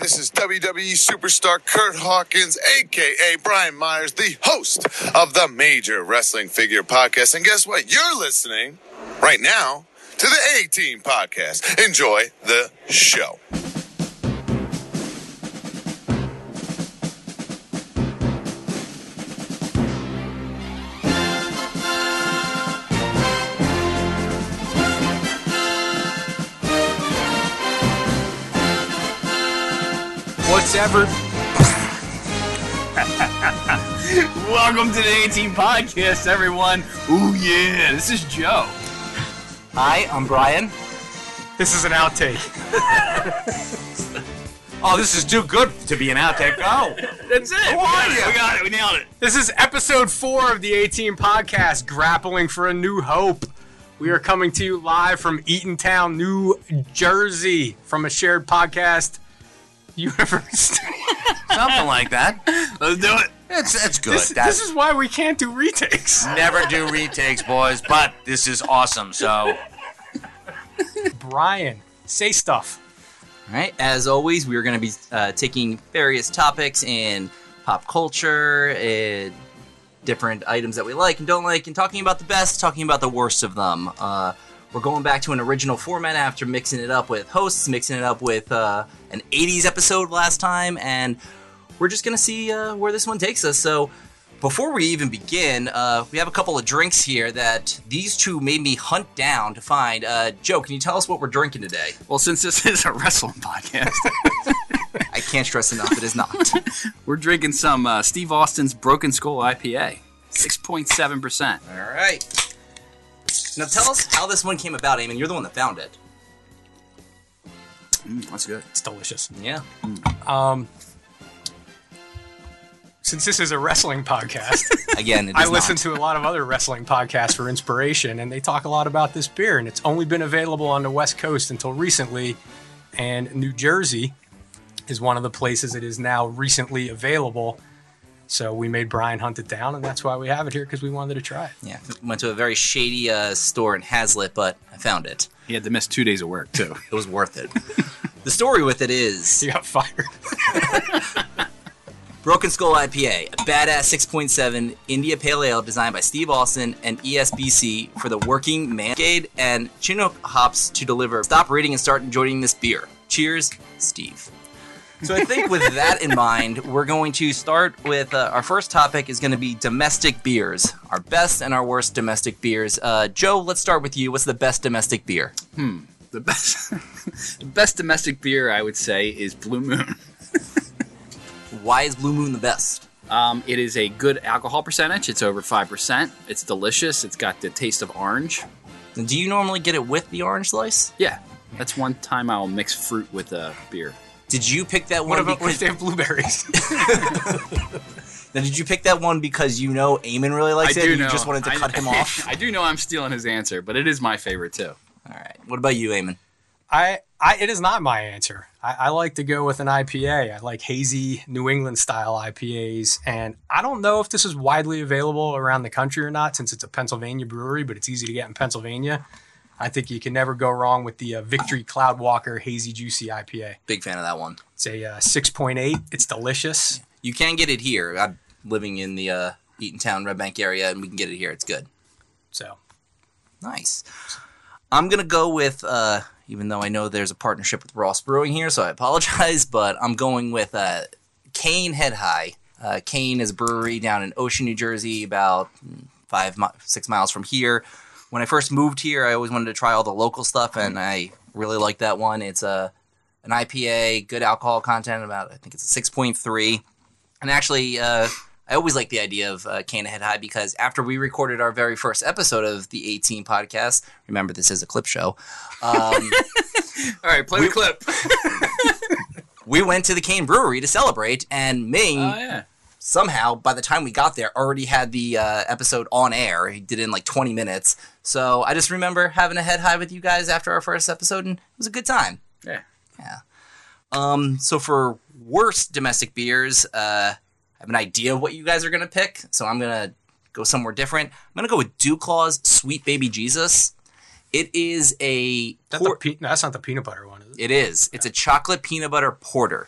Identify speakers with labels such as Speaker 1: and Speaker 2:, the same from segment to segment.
Speaker 1: this is WWE superstar Kurt Hawkins, aka Brian Myers, the host of the Major Wrestling Figure Podcast. And guess what? You're listening right now to the A Team Podcast. Enjoy the show.
Speaker 2: What's ever?
Speaker 3: Welcome to the 18 Podcast, everyone. Ooh, yeah. This is Joe.
Speaker 2: Hi, I'm Brian.
Speaker 4: This is an outtake.
Speaker 2: Oh, this is too good to be an outtake. Oh,
Speaker 3: That's it. We got it. We got it. We nailed it.
Speaker 4: This is episode four of the A Team podcast, Grappling for a New Hope. We are coming to you live from Eatontown, New Jersey, from a shared podcast universe.
Speaker 2: something like that.
Speaker 3: Let's do it.
Speaker 2: That's that's good.
Speaker 4: this,
Speaker 2: that's
Speaker 4: this is why we can't do retakes.
Speaker 2: never do retakes, boys. But this is awesome. So,
Speaker 4: Brian, say stuff.
Speaker 5: All right. As always, we are going to be uh, taking various topics in pop culture, and different items that we like and don't like, and talking about the best, talking about the worst of them. Uh, we're going back to an original format after mixing it up with hosts, mixing it up with uh, an 80s episode last time, and we're just going to see uh, where this one takes us. So, before we even begin, uh, we have a couple of drinks here that these two made me hunt down to find. Uh, Joe, can you tell us what we're drinking today?
Speaker 3: Well, since this is a wrestling podcast,
Speaker 5: I can't stress enough, it is not.
Speaker 3: we're drinking some uh, Steve Austin's Broken Skull IPA. 6.7%.
Speaker 5: All right. Now tell us how this one came about, Eamon. You're the one that found it.
Speaker 3: Mm, that's good.
Speaker 4: It's delicious.
Speaker 5: Yeah.
Speaker 4: Um, since this is a wrestling podcast,
Speaker 5: Again, it is
Speaker 4: I listen to
Speaker 5: not.
Speaker 4: a lot of other wrestling podcasts for inspiration, and they talk a lot about this beer. And it's only been available on the West Coast until recently, and New Jersey is one of the places it is now recently available. So we made Brian hunt it down, and that's why we have it here because we wanted to try it.
Speaker 5: Yeah, went to a very shady uh, store in Hazlitt, but I found it.
Speaker 3: He had to miss two days of work, too.
Speaker 5: It was worth it. the story with it is
Speaker 4: You got fired.
Speaker 5: Broken Skull IPA, a badass 6.7 India Pale Ale designed by Steve Austin and E ESBC for the working man. Gade and Chinook hops to deliver. Stop reading and start enjoying this beer. Cheers, Steve. So I think with that in mind, we're going to start with uh, our first topic is going to be domestic beers, our best and our worst domestic beers. Uh, Joe, let's start with you. What's the best domestic beer?
Speaker 3: the best the best domestic beer, I would say, is Blue Moon.
Speaker 5: Why is Blue Moon the best?
Speaker 3: Um, it is a good alcohol percentage. It's over 5%. It's delicious. It's got the taste of orange.
Speaker 5: And do you normally get it with the orange slice?
Speaker 3: Yeah, that's one time I'll mix fruit with a beer.
Speaker 5: Did you pick that one?
Speaker 4: What about what
Speaker 5: because-
Speaker 4: if they have blueberries?
Speaker 5: Now, did you pick that one because you know Eamon really likes it? and You just wanted to
Speaker 3: I-
Speaker 5: cut him off.
Speaker 3: I do know I'm stealing his answer, but it is my favorite too.
Speaker 5: All right. What about you, Eamon?
Speaker 4: I, I it is not my answer. I, I like to go with an IPA. I like hazy New England style IPAs, and I don't know if this is widely available around the country or not, since it's a Pennsylvania brewery, but it's easy to get in Pennsylvania. I think you can never go wrong with the uh, Victory Cloudwalker Hazy Juicy IPA.
Speaker 5: Big fan of that one.
Speaker 4: It's a uh, six point eight. It's delicious.
Speaker 5: You can get it here. I'm living in the uh, Eatontown Red Bank area, and we can get it here. It's good.
Speaker 4: So
Speaker 5: Nice. I'm gonna go with, uh, even though I know there's a partnership with Ross Brewing here, so I apologize, but I'm going with uh, Kane Head High. Uh, Kane is a brewery down in Ocean, New Jersey, about mm, five, mi- six miles from here. When I first moved here, I always wanted to try all the local stuff, and I really like that one. It's a an IPA, good alcohol content, about I think it's a six point three. And actually, uh, I always like the idea of uh, Can Head High because after we recorded our very first episode of the 18 podcast, remember this is a clip show, um,
Speaker 3: All right, play the clip.
Speaker 5: we went to the Cane Brewery to celebrate, and Ming
Speaker 3: Oh yeah,
Speaker 5: somehow, by the time we got there, already had the uh, episode on air. He did it in like 20 minutes. So I just remember having a head high with you guys after our first episode, and it was a good time.
Speaker 3: yeah.
Speaker 5: Um, so for worst domestic beers, uh, I have an idea of what you guys are gonna pick, so I'm gonna go somewhere different. I'm gonna go with Dew Claw's Sweet Baby Jesus. It is a
Speaker 4: that's,
Speaker 5: por-
Speaker 4: the pe- no, that's not the peanut butter one. Is it?
Speaker 5: it is. It's a chocolate peanut butter porter.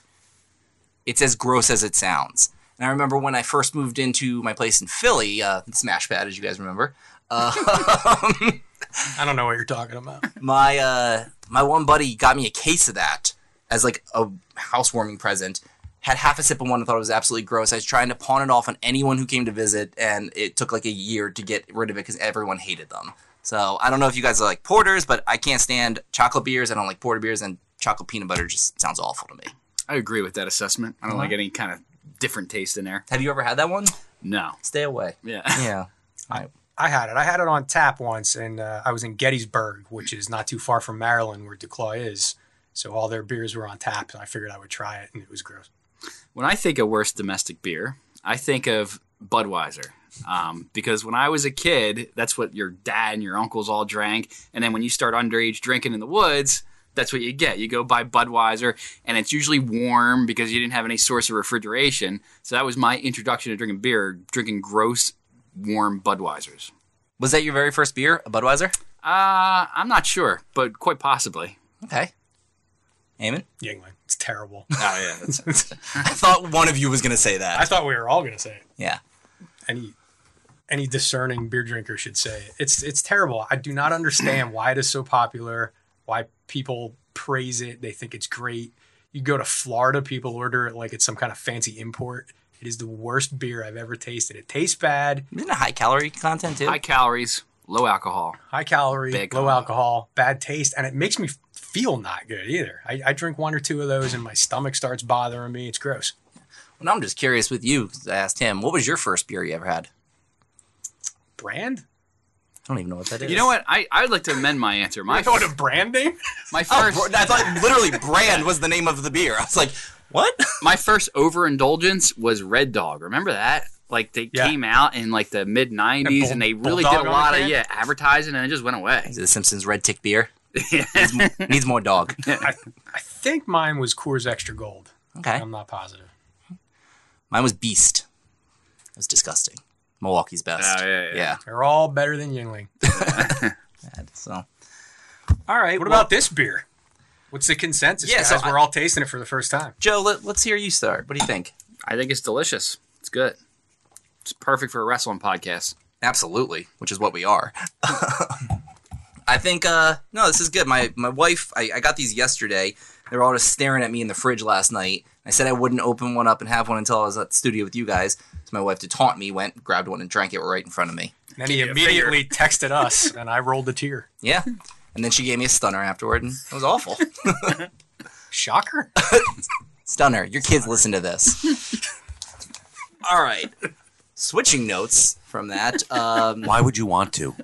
Speaker 5: it's as gross as it sounds. And I remember when I first moved into my place in Philly, uh, Smash Pad, as you guys remember, uh,
Speaker 4: I don't know what you're talking about.
Speaker 5: my uh, my one buddy got me a case of that as like a housewarming present. Had half a sip of one and thought it was absolutely gross. I was trying to pawn it off on anyone who came to visit, and it took like a year to get rid of it because everyone hated them. So I don't know if you guys are like porters, but I can't stand chocolate beers. I don't like porter beers, and chocolate peanut butter just sounds awful to me.
Speaker 3: I agree with that assessment. I don't like any kind of different taste in there.
Speaker 5: Have you ever had that one?
Speaker 3: No.
Speaker 5: Stay away.
Speaker 3: Yeah.
Speaker 5: Yeah.
Speaker 4: I had it. I had it on tap once, and uh, I was in Gettysburg, which is not too far from Maryland, where Duclaw is. So all their beers were on tap, and I figured I would try it, and it was gross.
Speaker 3: When I think of worst domestic beer, I think of Budweiser. Um, because when I was a kid, that's what your dad and your uncles all drank. And then when you start underage drinking in the woods, that's what you get. You go buy Budweiser, and it's usually warm because you didn't have any source of refrigeration. So that was my introduction to drinking beer, drinking gross, warm Budweisers.
Speaker 5: Was that your very first beer, a Budweiser?
Speaker 3: Uh, I'm not sure, but quite possibly.
Speaker 5: Okay. Eamon?
Speaker 4: Yingling, it's terrible.
Speaker 3: Oh, yeah. That's,
Speaker 5: I thought one of you was going to say
Speaker 4: I
Speaker 5: that.
Speaker 4: thought we were all gonna say it.
Speaker 5: Yeah.
Speaker 4: Any any discerning beer drinker should say it. It's it's terrible. I do not understand why it is so popular. Why people praise it. They think it's great. You go to Florida, people order it like it's some kind of fancy import. It is the worst beer I've ever tasted. It tastes bad.
Speaker 5: Isn't it high calorie content too?
Speaker 3: high calories, low alcohol.
Speaker 4: high calorie,
Speaker 3: Big
Speaker 4: low
Speaker 3: on.
Speaker 4: alcohol, bad taste, and it makes me feel not good either. I, I drink one or two of those and my stomach starts bothering me. It's gross.
Speaker 5: And I'm just curious with you, 'cause I asked him, what was your first beer you ever had?
Speaker 4: Brand?
Speaker 5: I don't even know what that is.
Speaker 3: You know what? I, I'd like to amend my answer. My,
Speaker 4: I know what a brand name?
Speaker 3: my
Speaker 5: Oh,
Speaker 3: first.
Speaker 5: bro- I thought literally brand was the name of the beer. I was like, what?
Speaker 3: my first overindulgence was Red Dog. Remember that? Like they
Speaker 4: Yeah.
Speaker 3: came out in like the mid
Speaker 4: And
Speaker 3: '90s,
Speaker 4: Bull-
Speaker 3: and they really
Speaker 4: Bulldog
Speaker 3: did
Speaker 4: on
Speaker 3: a
Speaker 4: the
Speaker 3: lot of
Speaker 4: can?
Speaker 3: yeah advertising, and it just went away.
Speaker 5: Is it the Simpsons red tick beer? needs, more, needs more dog.
Speaker 4: I, I think mine was Coors Extra Gold.
Speaker 5: Okay.
Speaker 4: I'm not positive.
Speaker 5: Mine was Beast. It was disgusting. Milwaukee's best.
Speaker 3: Oh, yeah, yeah.
Speaker 4: They're all better than Yingling.
Speaker 5: Bad, so. All right.
Speaker 4: What
Speaker 5: well-
Speaker 4: about this beer? What's the consensus?
Speaker 5: Yeah,
Speaker 4: guys?
Speaker 5: so I-
Speaker 4: we're all tasting it for the first time.
Speaker 5: Joe, let, let's hear you start. What do you think?
Speaker 3: I think it's delicious. It's good. It's perfect for a wrestling podcast.
Speaker 5: Absolutely, which is what we are. I think uh no, this is good. My my wife, I, I got these yesterday. They were all just staring at me in the fridge last night. I said I wouldn't open one up and have one until I was at the studio with you guys. So my wife, to taunt me, went grabbed one and drank it right in front of me.
Speaker 4: And then he immediately texted us, and I rolled a tear.
Speaker 5: Yeah, and then she gave me a stunner afterward, and it was awful.
Speaker 4: Shocker.
Speaker 5: Stunner, your kids listen to this. All right. Switching notes from that. Um,
Speaker 2: Why would you want to?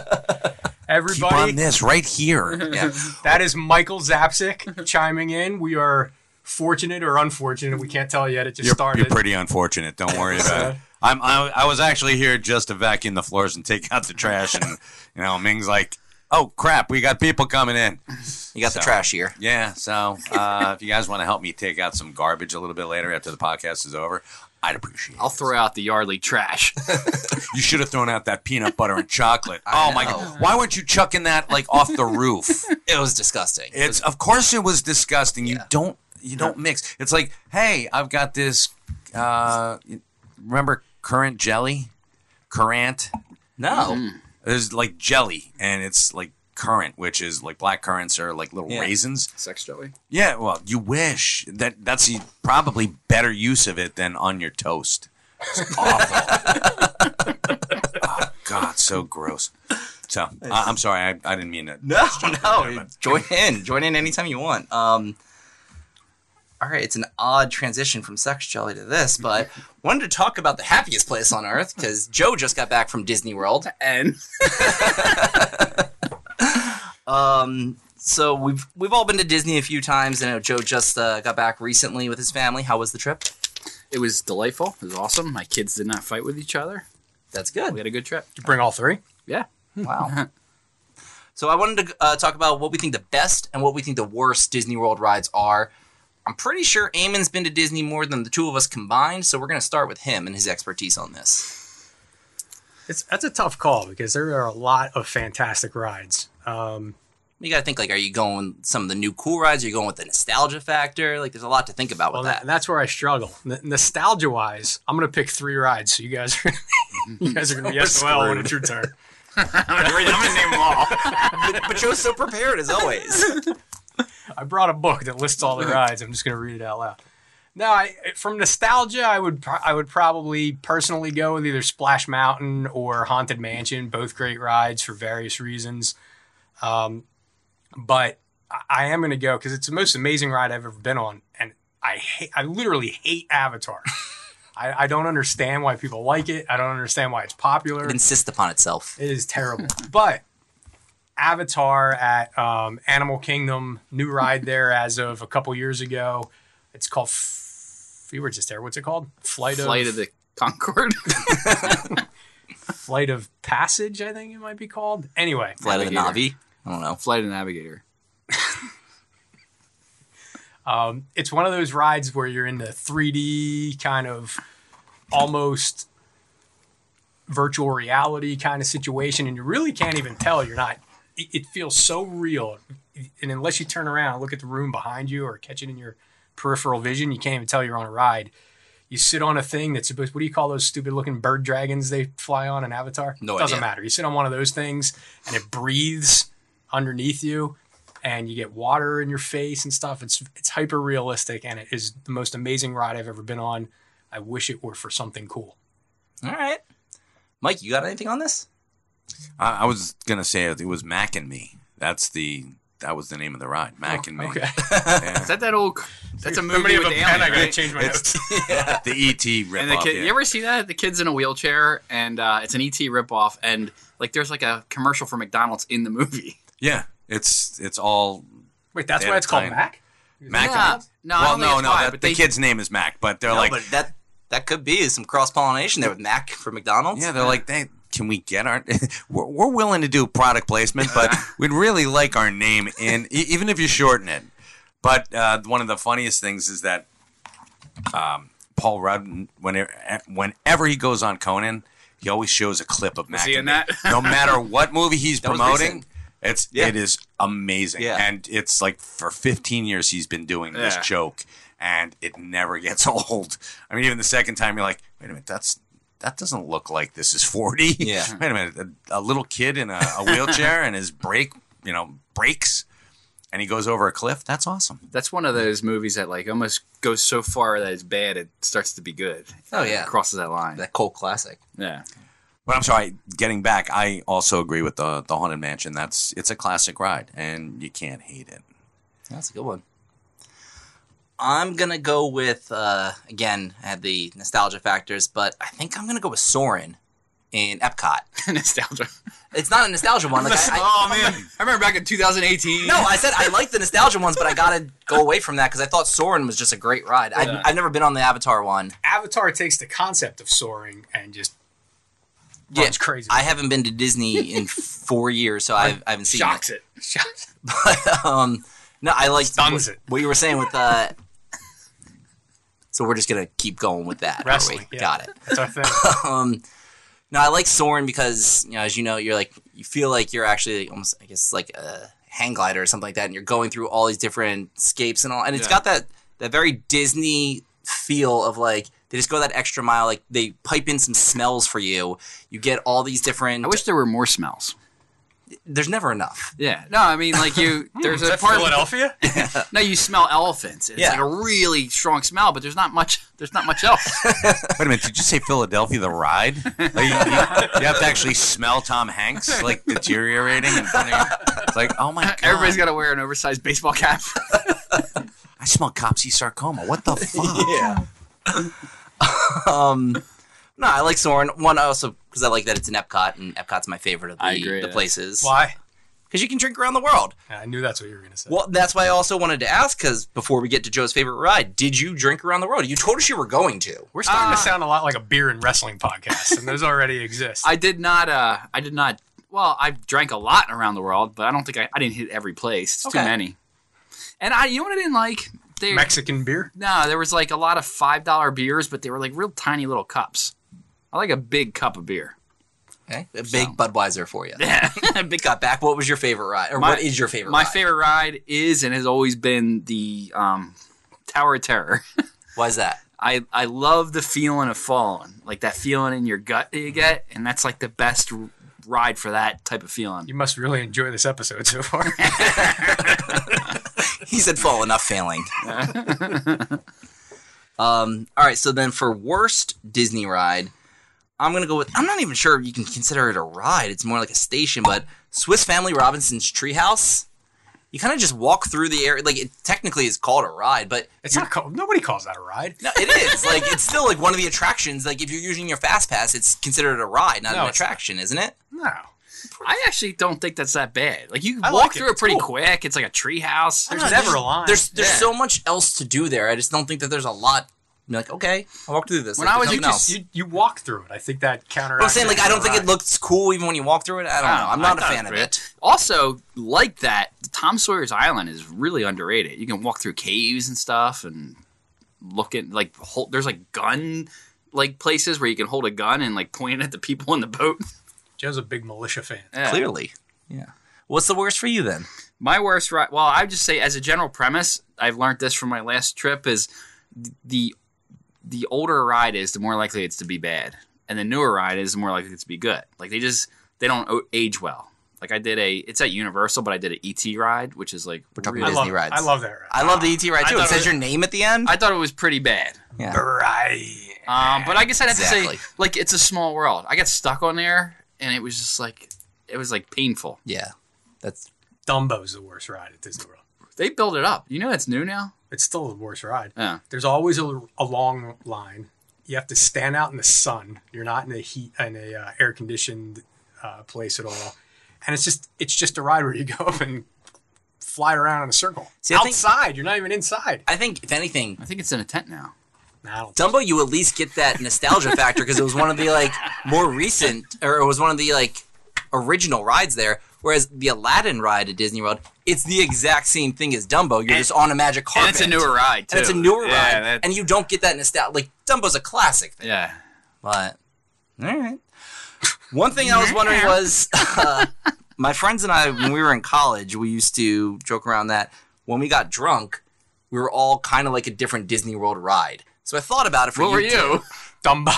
Speaker 2: Keep on
Speaker 4: Everybody,
Speaker 2: this right here.
Speaker 5: yeah.
Speaker 4: that is Michael Zapsik chiming in. We are fortunate or unfortunate. We can't tell yet. It just
Speaker 2: You're,
Speaker 4: started.
Speaker 2: you're pretty unfortunate. Don't worry about it. I'm, I, I was actually here just to vacuum the floors and take out the trash. And, you know, Ming's like, oh, crap, we got people coming in.
Speaker 5: You got the trash here.
Speaker 2: Yeah. So uh, if you guys want to help me take out some garbage a little bit later after the podcast is over, I'd appreciate it.
Speaker 3: I'll throw out the Yardley trash.
Speaker 2: You should have thrown out that peanut butter and chocolate. oh, my
Speaker 5: know.
Speaker 2: God. Why weren't you chucking that, like, off the roof?
Speaker 5: It was disgusting.
Speaker 2: It's of course it was disgusting. You don't you don't mix. It's like, hey, I've got this. Uh, remember currant jelly, currant. Mm-hmm.
Speaker 5: no.
Speaker 2: There's like jelly, and it's like currant, which is like black currants are like little
Speaker 5: Yeah.
Speaker 2: raisins.
Speaker 3: Sex jelly.
Speaker 2: Yeah, well, you wish that that's the probably better use of it than on your toast. It's awful. oh, God, so gross. So I, I'm sorry, I, I didn't mean it.
Speaker 5: No, no. Join in. Join in anytime you want. Um, all right, it's an odd transition from sex jelly to this, but wanted to talk about the happiest place on earth because Joe just got back from Disney World.
Speaker 3: And
Speaker 5: Um, so we've we've all been to Disney a few times. I know Joe just uh, got back recently with his family. How was the trip?
Speaker 3: it was delightful. It was awesome. My kids did not fight with each other.
Speaker 5: That's
Speaker 3: We
Speaker 5: good.
Speaker 3: had a good trip.
Speaker 4: Bring all three.
Speaker 3: Yeah.
Speaker 5: Wow. So I wanted to uh, talk about what we think the best and what we think the worst Disney World rides are. I'm pretty sure Eamon's been to Disney more than the two of us combined, so we're going to start with him and his expertise on this.
Speaker 4: It's that's a tough call because there are a lot of fantastic rides. Um,
Speaker 5: You got to think like, are you going some of the new cool rides? Are you going with the nostalgia factor? Like, there's a lot to think about
Speaker 4: Well,
Speaker 5: with
Speaker 4: that,
Speaker 5: that.
Speaker 4: that's where I struggle. N- nostalgia wise, I'm gonna pick three rides. So you guys, are, you guys are gonna be SOL when it's your turn.
Speaker 3: I'm gonna, read- I'm gonna name them all.
Speaker 5: but, but Joe's so prepared as always.
Speaker 4: I brought a book that lists all the rides. I'm just gonna read it out loud. No, I, from nostalgia, I would pro- I would probably personally go with either Splash Mountain or Haunted Mansion. Both great rides for various reasons. Um, but I- I am gonna go because it's the most amazing ride I've ever been on, and I hate, I literally hate Avatar. I, I don't understand why people like it. I don't understand why it's popular.
Speaker 5: It insists upon itself.
Speaker 4: It is terrible. but Avatar at um, Animal Kingdom, new ride there as of a couple years ago. It's called. F- we were just there. What's it called? Flight of
Speaker 3: Flight of the Concord.
Speaker 4: Flight of Passage. I think it might be called. Anyway,
Speaker 5: Flight of the Navi.
Speaker 3: Navigator.
Speaker 5: I don't know.
Speaker 3: Flight of the Navigator.
Speaker 4: um, it's one of those rides where you're in the 3D kind of almost virtual reality kind of situation, and you really can't even tell you're not. It, it feels so real, and unless you turn around and look at the room behind you or catch it in your peripheral vision, you can't even tell you're on a ride. You sit on a thing that's supposed. What do you call those stupid looking bird dragons they fly on in Avatar?
Speaker 5: No
Speaker 4: doesn't
Speaker 5: idea.
Speaker 4: matter. You sit on one of those things, and it breathes underneath you and you get water in your face and stuff. It's it's hyper realistic and it is the most amazing ride I've ever been on. I wish it were for something cool.
Speaker 5: All right. Mike, you got anything on this?
Speaker 2: I, I was gonna say it was Mac and Me. That's the that was the name of the ride, Mac and Me.
Speaker 3: Oh,
Speaker 4: Okay.
Speaker 2: Yeah.
Speaker 3: Is that that old? That's a movie with the alien,
Speaker 4: I gotta
Speaker 3: right?
Speaker 4: change my
Speaker 2: It's the E ET rip
Speaker 3: And the kid, you ever see that? The kid's in a wheelchair, and uh, it's an ET ripoff. And like, there's like a commercial for McDonald's in the movie.
Speaker 2: yeah, it's it's all
Speaker 4: Wait, that's
Speaker 2: They
Speaker 4: why
Speaker 2: had
Speaker 4: it's
Speaker 2: a
Speaker 4: called
Speaker 2: time.
Speaker 4: Mac?
Speaker 2: Mac.
Speaker 3: Yeah.
Speaker 2: and
Speaker 3: No, I
Speaker 2: well,
Speaker 3: don't think
Speaker 2: no,
Speaker 3: it's
Speaker 2: no.
Speaker 3: why,
Speaker 2: that,
Speaker 3: but
Speaker 2: the
Speaker 3: they-
Speaker 2: kid's name is Mac, but they're
Speaker 5: No,
Speaker 2: like,
Speaker 5: but that that could be some cross pollination there with Mac for McDonald's.
Speaker 2: yeah, they're like, they, can we get our? we're, we're willing to do product placement, but we'd really like our name in, e- even if you shorten it. But uh, one of the funniest things is that um, Paul Rudd, whenever, whenever he goes on Conan, he always shows a clip of Mac.
Speaker 3: he in
Speaker 2: and Me.
Speaker 3: that?
Speaker 2: no matter what movie he's
Speaker 5: was
Speaker 2: promoting.
Speaker 5: recent.
Speaker 2: It's
Speaker 5: Yeah.
Speaker 2: it is amazing,
Speaker 5: Yeah.
Speaker 2: and it's like for 15 years he's been doing this
Speaker 3: Yeah.
Speaker 2: joke, and it never gets old. I mean, even the second time you're like, wait a minute, that's that doesn't look like this is 40.
Speaker 5: Yeah.
Speaker 2: wait a minute, a, a little kid in a, a wheelchair and his brake, you know, breaks, and he goes over a cliff. That's awesome.
Speaker 3: That's one of those movies that like almost goes so far that it's bad, it starts to be good.
Speaker 5: Oh, yeah.
Speaker 3: It crosses that line.
Speaker 5: that cult classic.
Speaker 3: yeah,
Speaker 2: But I'm sorry, getting back, I also agree with the the haunted mansion. That's it's a classic ride, and you can't hate it.
Speaker 5: That's a good one. I'm gonna go with uh, again I had the nostalgia factors, but I think I'm gonna go with Soren in Epcot.
Speaker 3: nostalgia.
Speaker 5: It's not a nostalgia one. Like, I, I,
Speaker 3: Oh, man, I remember back in 2018.
Speaker 5: no, I said I like the nostalgia ones, but I gotta go away from that because I thought Soren was just a great ride. I,
Speaker 3: Yeah.
Speaker 5: I've never been on the Avatar one.
Speaker 4: Avatar takes the concept of soaring and just
Speaker 5: Yeah,
Speaker 4: runs crazy.
Speaker 5: I haven't been to Disney in four years, so I've, I haven't seen it.
Speaker 3: shocks it.
Speaker 4: Shucks.
Speaker 5: um, no, I like
Speaker 4: Stuns
Speaker 5: what,
Speaker 4: it.
Speaker 5: what you were saying with that. so we're just gonna keep going with that. aren't we?
Speaker 4: Wrestling, yeah.
Speaker 5: Got it.
Speaker 4: That's our thing.
Speaker 5: Um, no, I like Soren because you know, as you know, you're like you feel like you're actually almost, I guess, like a hang glider or something like that, and you're going through all these different scapes and all, and it's
Speaker 3: Yeah.
Speaker 5: got that that very Disney feel of like they just go that extra mile, like they pipe in some smells for you. You get all these different.
Speaker 3: I wish there were more smells.
Speaker 5: there's never enough.
Speaker 3: Yeah. Hmm, No, I mean like you. There's a part.
Speaker 4: Philadelphia?
Speaker 3: No, you smell elephants. It's
Speaker 5: Yeah.
Speaker 3: like a really strong smell, but there's not much. There's not much else.
Speaker 2: Wait a minute, did you say Philadelphia the ride? Like, you, you have to actually smell Tom Hanks like deteriorating in front of you. It's like, oh my god,
Speaker 3: Everybody's got to wear an oversized baseball cap.
Speaker 2: I smell Copsy sarcoma. What the fuck?
Speaker 5: Yeah. um, no, I like Soren. One, I also because I like that it's in Epcot, and Epcot's my favorite of the,
Speaker 3: I agree,
Speaker 5: the
Speaker 3: yeah.
Speaker 5: places.
Speaker 4: Why?
Speaker 5: Because you can drink around the world.
Speaker 4: I knew that's what you were gonna say.
Speaker 5: Well, that's why I also wanted to ask. Because before we get to Joe's favorite ride, did you drink around the world? You told us you were going to.
Speaker 4: we're starting
Speaker 3: Ah.
Speaker 4: to sound a lot like a beer and wrestling podcast, and those already exist.
Speaker 3: I did not. Uh, I did not. Well, I've drank a lot around the world, but I don't think I, I didn't hit every place. It's
Speaker 5: Okay.
Speaker 3: too many. And I, you know what I didn't like? They,
Speaker 4: Mexican beer?
Speaker 3: no, there was like a lot of five dollar beers, but they were like real tiny little cups. I like a big cup of beer.
Speaker 5: Okay, a big Budweiser for you.
Speaker 3: Big
Speaker 5: Got back. What was your favorite ride, or
Speaker 3: My-
Speaker 5: what is your favorite?
Speaker 3: My
Speaker 5: ride?
Speaker 3: favorite ride is and has always been the um, Tower of Terror.
Speaker 5: Why is that?
Speaker 3: I, I love the feeling of falling, like that feeling in your gut that you get, and that's like the best r- ride for that type of feeling.
Speaker 4: You must really enjoy this episode so far.
Speaker 5: He said fall, not failing. um, all right, so then for worst Disney ride, I'm gonna go with. I'm not even sure if you can consider it a ride. It's more like a station, but Swiss Family Robinson's Treehouse. You kind of just walk through the area. Like it technically is called a ride, but
Speaker 4: It's not called. Nobody calls that a ride.
Speaker 5: no, it is. like it's still like one of the attractions. Like if you're using your fast pass, it's considered a ride, not
Speaker 4: No,
Speaker 5: an
Speaker 4: it's not.
Speaker 5: attraction, isn't it?
Speaker 4: No.
Speaker 3: I actually don't think that's that bad. Like you
Speaker 4: I
Speaker 3: walk
Speaker 4: like it.
Speaker 3: through it,
Speaker 4: It's
Speaker 3: pretty
Speaker 4: cool.
Speaker 3: quick. It's like a treehouse.
Speaker 4: There's
Speaker 5: No,
Speaker 4: never a line.
Speaker 5: There's there's
Speaker 3: Yeah.
Speaker 5: so much else to do there. I just don't think that there's a lot. I'm like okay, I walked through this.
Speaker 3: When
Speaker 5: like,
Speaker 3: I was
Speaker 5: there's
Speaker 3: a
Speaker 5: nothing
Speaker 3: kid,
Speaker 5: else.
Speaker 4: you, you walk through it. I think that counter.
Speaker 5: But I'm saying, like, I don't think it looks cool even when you walk through it. I don't know. I'm
Speaker 3: I
Speaker 5: not a
Speaker 3: thought
Speaker 5: fan of
Speaker 3: was
Speaker 5: it.
Speaker 3: great. Also, like that, Tom Sawyer's Island is really underrated. You can walk through caves and stuff and look at like hold, there's like gun like places where you can hold a gun and like point it at the people in the boat.
Speaker 4: Joe's a big militia fan.
Speaker 3: Yeah.
Speaker 5: Clearly. Yeah. What's the worst for you then?
Speaker 3: My worst ride. Well, I would just say as a general premise, I've learned this from my last trip is the the older a ride is, the more likely it's to be bad, and the newer ride is, the more likely it's to be good. Like they just they don't o- age well. Like I did a, it's at Universal, but I did an ET ride, which is like
Speaker 5: We're talking
Speaker 3: really-
Speaker 4: I love,
Speaker 5: Disney rides.
Speaker 4: I love that ride.
Speaker 5: I love the ET ride
Speaker 3: I
Speaker 5: too. It
Speaker 3: thought it
Speaker 5: says
Speaker 3: was-
Speaker 5: your name at the end.
Speaker 3: I thought it was pretty bad.
Speaker 5: yeah.
Speaker 4: Right.
Speaker 3: Um, but I guess I'd have to
Speaker 5: Exactly.
Speaker 3: say, like, it's a small world. I got stuck on there, and it was just like, it was like painful.
Speaker 5: Yeah. That's
Speaker 4: Dumbo's the worst ride at Disney World.
Speaker 3: They built it up. You know, that's new now.
Speaker 4: It's still the worst ride.
Speaker 3: Yeah.
Speaker 4: There's always a, a long line. You have to stand out in the sun. You're not in a heat in a uh, air conditioned uh, place at all. And it's just it's just a ride where you go up and fly around in a circle.
Speaker 5: See, I think-
Speaker 4: Outside, you're not even inside.
Speaker 5: I think if anything,
Speaker 3: I think it's in a tent now.
Speaker 4: Nah, I don't
Speaker 5: Dumbo you at least get that nostalgia factor because it was one of the like more recent or it was one of the like original rides there. Whereas the Aladdin ride at Disney World, it's the exact same thing as Dumbo. You're just on a magic
Speaker 3: And
Speaker 5: carpet.
Speaker 3: it's a newer ride too.
Speaker 5: And it's a newer
Speaker 3: Yeah,
Speaker 5: ride.
Speaker 3: that-
Speaker 5: And you don't get that nostalgia. Like Dumbo's a classic.
Speaker 3: yeah.
Speaker 5: But all right. One thing I was wondering was uh, my friends and I, when we were in college, we used to joke around that when we got drunk, we were all kind of like a different Disney World ride. So I thought about it for
Speaker 3: What were
Speaker 5: two.
Speaker 3: you?
Speaker 4: Dumbo.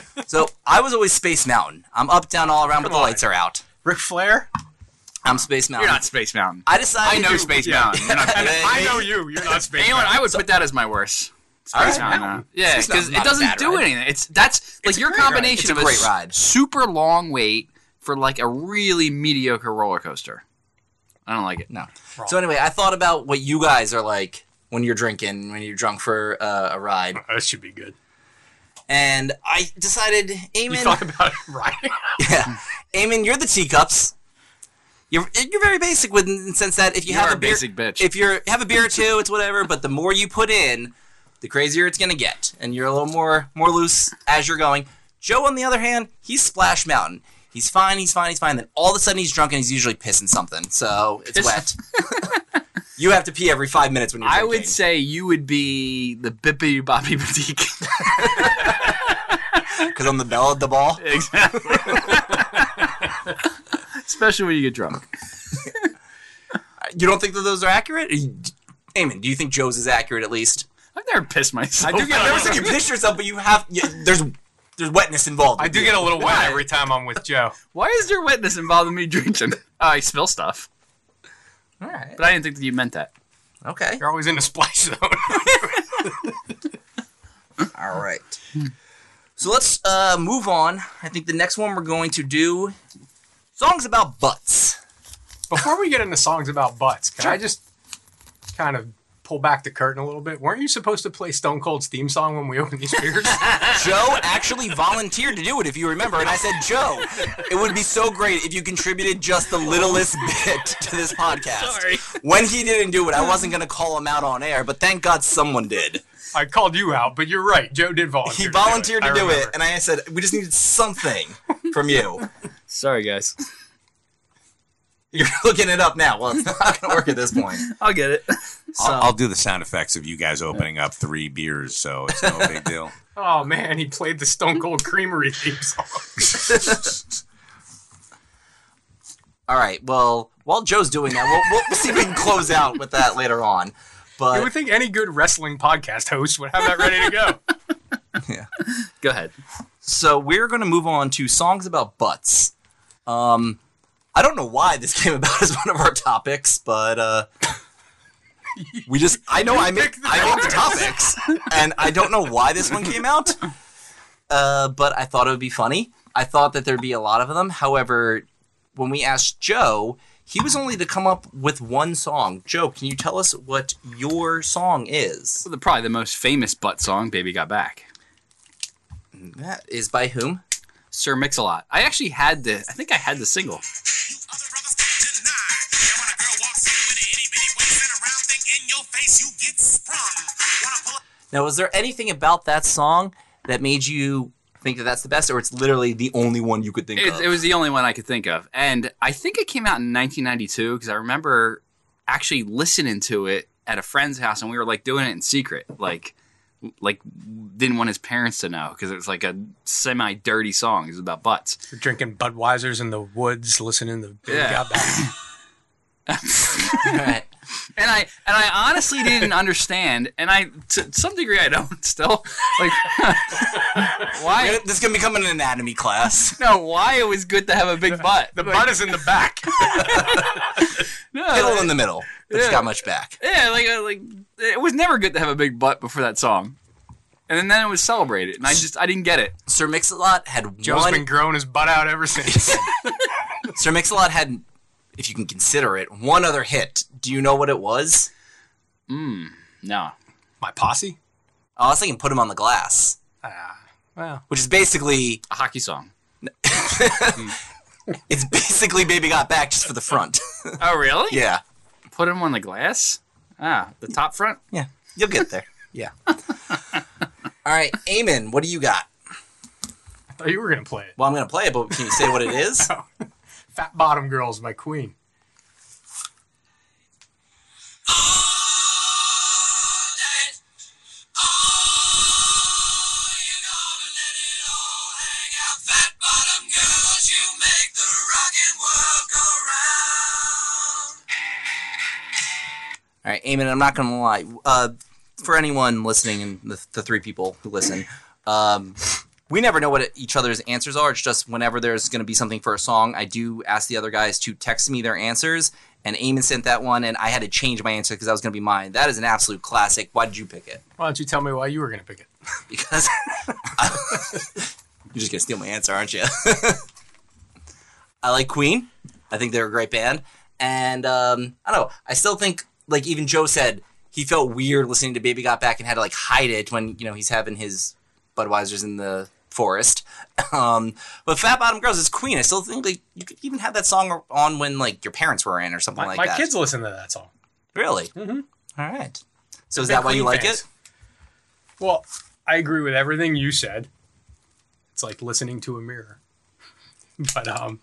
Speaker 5: So I was always Space Mountain. I'm up, down, all around, but the
Speaker 4: on.
Speaker 5: lights are out.
Speaker 4: Ric Flair.
Speaker 5: I'm Space Mountain.
Speaker 3: You're not Space Mountain.
Speaker 5: I decided.
Speaker 3: I know
Speaker 5: to-
Speaker 3: Space Mountain. You're not-
Speaker 4: I know you. You're not space.
Speaker 3: You know what? I would put that as my worst. Space
Speaker 5: right.
Speaker 3: Mountain. Yeah,
Speaker 5: Space Mountain's not
Speaker 3: because it
Speaker 5: a bad
Speaker 3: doesn't do
Speaker 5: ride.
Speaker 3: anything. It's that's like
Speaker 4: a
Speaker 3: your
Speaker 4: great ride.
Speaker 5: It's
Speaker 3: combination
Speaker 5: a
Speaker 3: of a
Speaker 5: great
Speaker 3: s-
Speaker 5: ride.
Speaker 3: super long wait for like a really mediocre roller coaster. I don't like it.
Speaker 5: No. So anyway, I thought about what you guys are like when you're drinking, when you're drunk for uh, a ride,
Speaker 4: Oh, that should be good.
Speaker 5: and I decided,
Speaker 4: You
Speaker 5: Amen.
Speaker 4: thought about riding.
Speaker 5: Yeah. Eamon, you're the teacups. You're you're very basic with in the sense that if you,
Speaker 3: You
Speaker 5: have
Speaker 3: are
Speaker 5: a
Speaker 3: a
Speaker 5: beer,
Speaker 3: basic bitch.
Speaker 5: if you have a beer or two, it's whatever. But the more you put in, the crazier it's gonna get, and you're a little more more loose as you're going. Joe, on the other hand, he's Splash Mountain. He's fine, he's fine, he's fine. Then all of a sudden he's drunk and he's usually pissing something, so it's
Speaker 3: Piss-
Speaker 5: wet. you have to pee every five minutes when you're.
Speaker 3: I
Speaker 5: Drinking.
Speaker 3: would say you would be the Bippity Boppy Boutique.
Speaker 5: because I'm the bell of the ball.
Speaker 3: exactly. Especially when you get drunk.
Speaker 5: You don't think that those are accurate? Eamon, do you think Joe's is accurate at least?
Speaker 3: I've never pissed myself.
Speaker 5: I do get. I never said you piss yourself, but you have. Yeah, there's there's wetness involved.
Speaker 4: I do get a little wet every time I'm with Joe.
Speaker 3: Why is there wetness involved in me drinking? I spill stuff,
Speaker 5: All right.
Speaker 3: but I didn't think that you meant that.
Speaker 5: Okay.
Speaker 4: You're always in a splash zone.
Speaker 5: All right. So let's uh, move on. I think the next one we're going to do songs about butts.
Speaker 4: Before we get into songs about butts, can I just kind of pull back the curtain a little bit? Weren't you supposed to play Stone Cold's theme song when we opened these beers?
Speaker 5: Joe actually volunteered to do it, if you remember, and I said, Joe, it would be so great if you contributed just the littlest bit to this podcast.
Speaker 3: Sorry.
Speaker 5: When he didn't do it, I wasn't going to call him out on air, but thank God someone did.
Speaker 4: I called you out, but you're right. Joe did volunteer.
Speaker 5: He
Speaker 4: to do it.
Speaker 5: volunteered
Speaker 4: I
Speaker 5: to do it,
Speaker 4: remember.
Speaker 5: and I said, we just needed something from you.
Speaker 3: Sorry, guys.
Speaker 5: You're looking it up now. Well, it's not going to work at this point.
Speaker 3: I'll get it.
Speaker 5: So,
Speaker 2: I'll, I'll do the sound effects of you guys opening up three beers, so it's no big deal.
Speaker 4: Oh man, he played the Stone Cold Creamery theme song.
Speaker 5: All right. Well, while Joe's doing that, we'll, we'll see if we can close out with that later on.
Speaker 4: You
Speaker 5: But
Speaker 4: would think any good wrestling podcast host would have that ready to go.
Speaker 3: Go ahead.
Speaker 5: so we're going to move on to songs about butts. Um, I don't know why this came about as one of our topics, but uh, we just I know I make I make the topics, and I don't know why this one came out. Uh, but I thought it would be funny. I thought that there'd be a lot of them. However, when we asked Joe, he was only to come up with one song. Joe, can you tell us what your song is?
Speaker 3: The, probably the most famous butt song, "Baby Got Back."
Speaker 5: That is by whom?
Speaker 3: Sir Mix-a-Lot. I actually had the. I think I had the single.
Speaker 6: Other brothers deny. Yeah, when a girl walks in with an itty bitty waist and a round thing in your face, you get sprung. Wanna pull up?
Speaker 5: Now, was there anything about that song that made you think that that's the best, or it's literally the only one you could think
Speaker 3: It,
Speaker 5: of?
Speaker 3: it was the only one I could think of, and I think it came out in 1992 because I remember actually listening to it at a friend's house, and we were like doing it in secret, like like didn't want his parents to know because it was like a semi-dirty song. It was about butts.
Speaker 4: You're drinking Budweisers in the woods, listening to Billy
Speaker 3: Yeah.
Speaker 4: Got Back.
Speaker 5: All right.
Speaker 3: and I and I honestly didn't understand, and I to some degree I don't still like why
Speaker 5: This is gonna become an anatomy class.
Speaker 3: no why it was good to have a big butt.
Speaker 4: The butt is in the back.
Speaker 3: No,
Speaker 5: Middle in
Speaker 3: like,
Speaker 5: the middle, but it's
Speaker 3: Yeah.
Speaker 5: got much back.
Speaker 3: yeah, like uh, like it was never good to have a big butt before that song, and then, then it was celebrated, and I just I didn't get it.
Speaker 5: Sir Mix-a-Lot had
Speaker 4: Joe's
Speaker 5: one.
Speaker 4: been growing his butt out ever since.
Speaker 5: Sir Mix-a-Lot had, if you can consider it, one other hit. Do you know what it was?
Speaker 3: No,
Speaker 4: My posse?
Speaker 5: Oh, I was thinking "Put Him on the Glass,"
Speaker 4: Well,
Speaker 5: which is basically
Speaker 3: a hockey song.
Speaker 5: it's basically "Baby Got Back" just for the front.
Speaker 3: Oh really?
Speaker 5: yeah,
Speaker 3: Put him on the glass. Ah, the top front.
Speaker 5: yeah, you'll get there. Yeah. All right, Eamon, what do you got?
Speaker 4: I thought you were going to play it.
Speaker 5: Well, I'm gonna play it, but can you say what it is?
Speaker 4: Fat Bottom Girls by Queen.
Speaker 6: You gonna let it all hang out. Fat bottom girls, you make the rockin' world go round.
Speaker 5: All right, Eamon, I'm not going to lie. Uh, for anyone listening and the, the three people who listen, um, we never know what each other's answers are. It's just whenever there's going to be something for a song, I do ask the other guys to text me their answers. And Eamon sent that one, and I had to change my answer because that was going to be mine. That is an absolute classic. Why did you pick it?
Speaker 4: Why don't you tell me why you were going to pick it?
Speaker 5: Because you're just going to steal my answer, aren't you? I like Queen. I think they're a great band. And um, I don't know. I still think, like even Joe said, he felt weird listening to Baby Got Back and had to like hide it when you know he's having his Budweisers in the forest. Um, but Fat Bottom Girls is Queen. I still think like you could even have that song on when like your parents were in or something
Speaker 4: My,
Speaker 5: like
Speaker 4: my
Speaker 5: that.
Speaker 4: kids listen to that song.
Speaker 5: really.
Speaker 4: Mhm.
Speaker 5: All right. So is that why you
Speaker 4: Queen
Speaker 5: like
Speaker 4: fans.
Speaker 5: it?
Speaker 4: Well, I agree with everything you said. It's like listening to a mirror. But um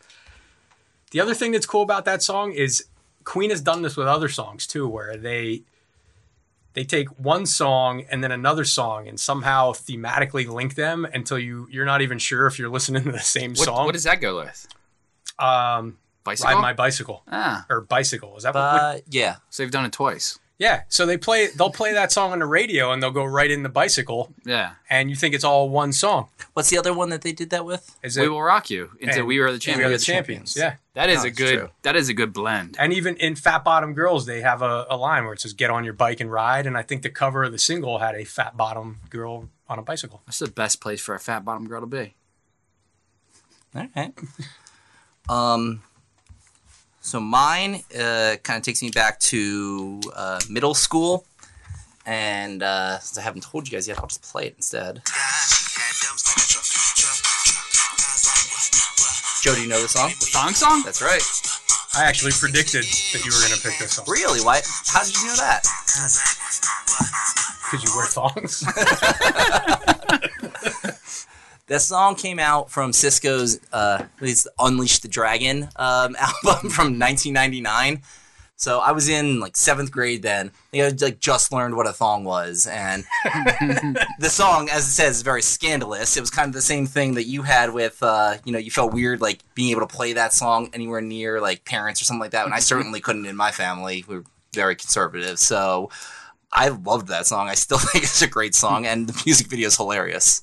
Speaker 4: the other thing that's cool about that song is Queen has done this with other songs too where they they take one song and then another song and somehow thematically link them until you you're not even sure if you're listening to the same
Speaker 3: What,
Speaker 4: song.
Speaker 3: what does that go with?
Speaker 4: um
Speaker 3: Bicycle.
Speaker 4: Ride My Bicycle
Speaker 3: ah,
Speaker 4: or Bicycle. Is that what- what
Speaker 5: But Uh, yeah.
Speaker 3: so they've done it twice.
Speaker 4: Yeah, so they play they'll play that song on the radio and they'll go right in the bicycle
Speaker 3: Yeah.
Speaker 4: and you think it's all one song.
Speaker 5: What's the other one that they did that with?
Speaker 4: Is
Speaker 3: We will rock you until
Speaker 4: And
Speaker 3: we are the
Speaker 4: We
Speaker 3: champions.
Speaker 4: are the champions. Yeah.
Speaker 3: That is
Speaker 5: No,
Speaker 3: a
Speaker 5: it's
Speaker 3: good.
Speaker 5: true.
Speaker 3: That is a good blend.
Speaker 4: And even in Fat Bottom Girls, they have a, a line where it says "Get on your bike and ride." And I think the cover of the single had a fat bottom girl on a bicycle.
Speaker 3: That's the best place for a fat bottom girl to be.
Speaker 5: All right. Um, so mine uh, kind of takes me back to uh, middle school, and uh, since I haven't told you guys yet, I'll just play it instead. Joe, do you know the song?
Speaker 3: Song song?
Speaker 5: That's right.
Speaker 4: I actually predicted that you were going to pick this song
Speaker 5: Really? Why? How did you know that?
Speaker 4: because you wear thongs.
Speaker 5: That song came out from Cisco's uh, it's Unleash the Dragon um, album from 1999. So I was in like seventh grade then. I think I had, like just learned what a thong was, and the song, as it says, is very scandalous. It was kind of the same thing that you had with, uh, you know, you felt weird like being able to play that song anywhere near like parents or something like that. And I certainly couldn't in my family. We were very conservative, so I loved that song. I still think it's a great song, and the music video is hilarious.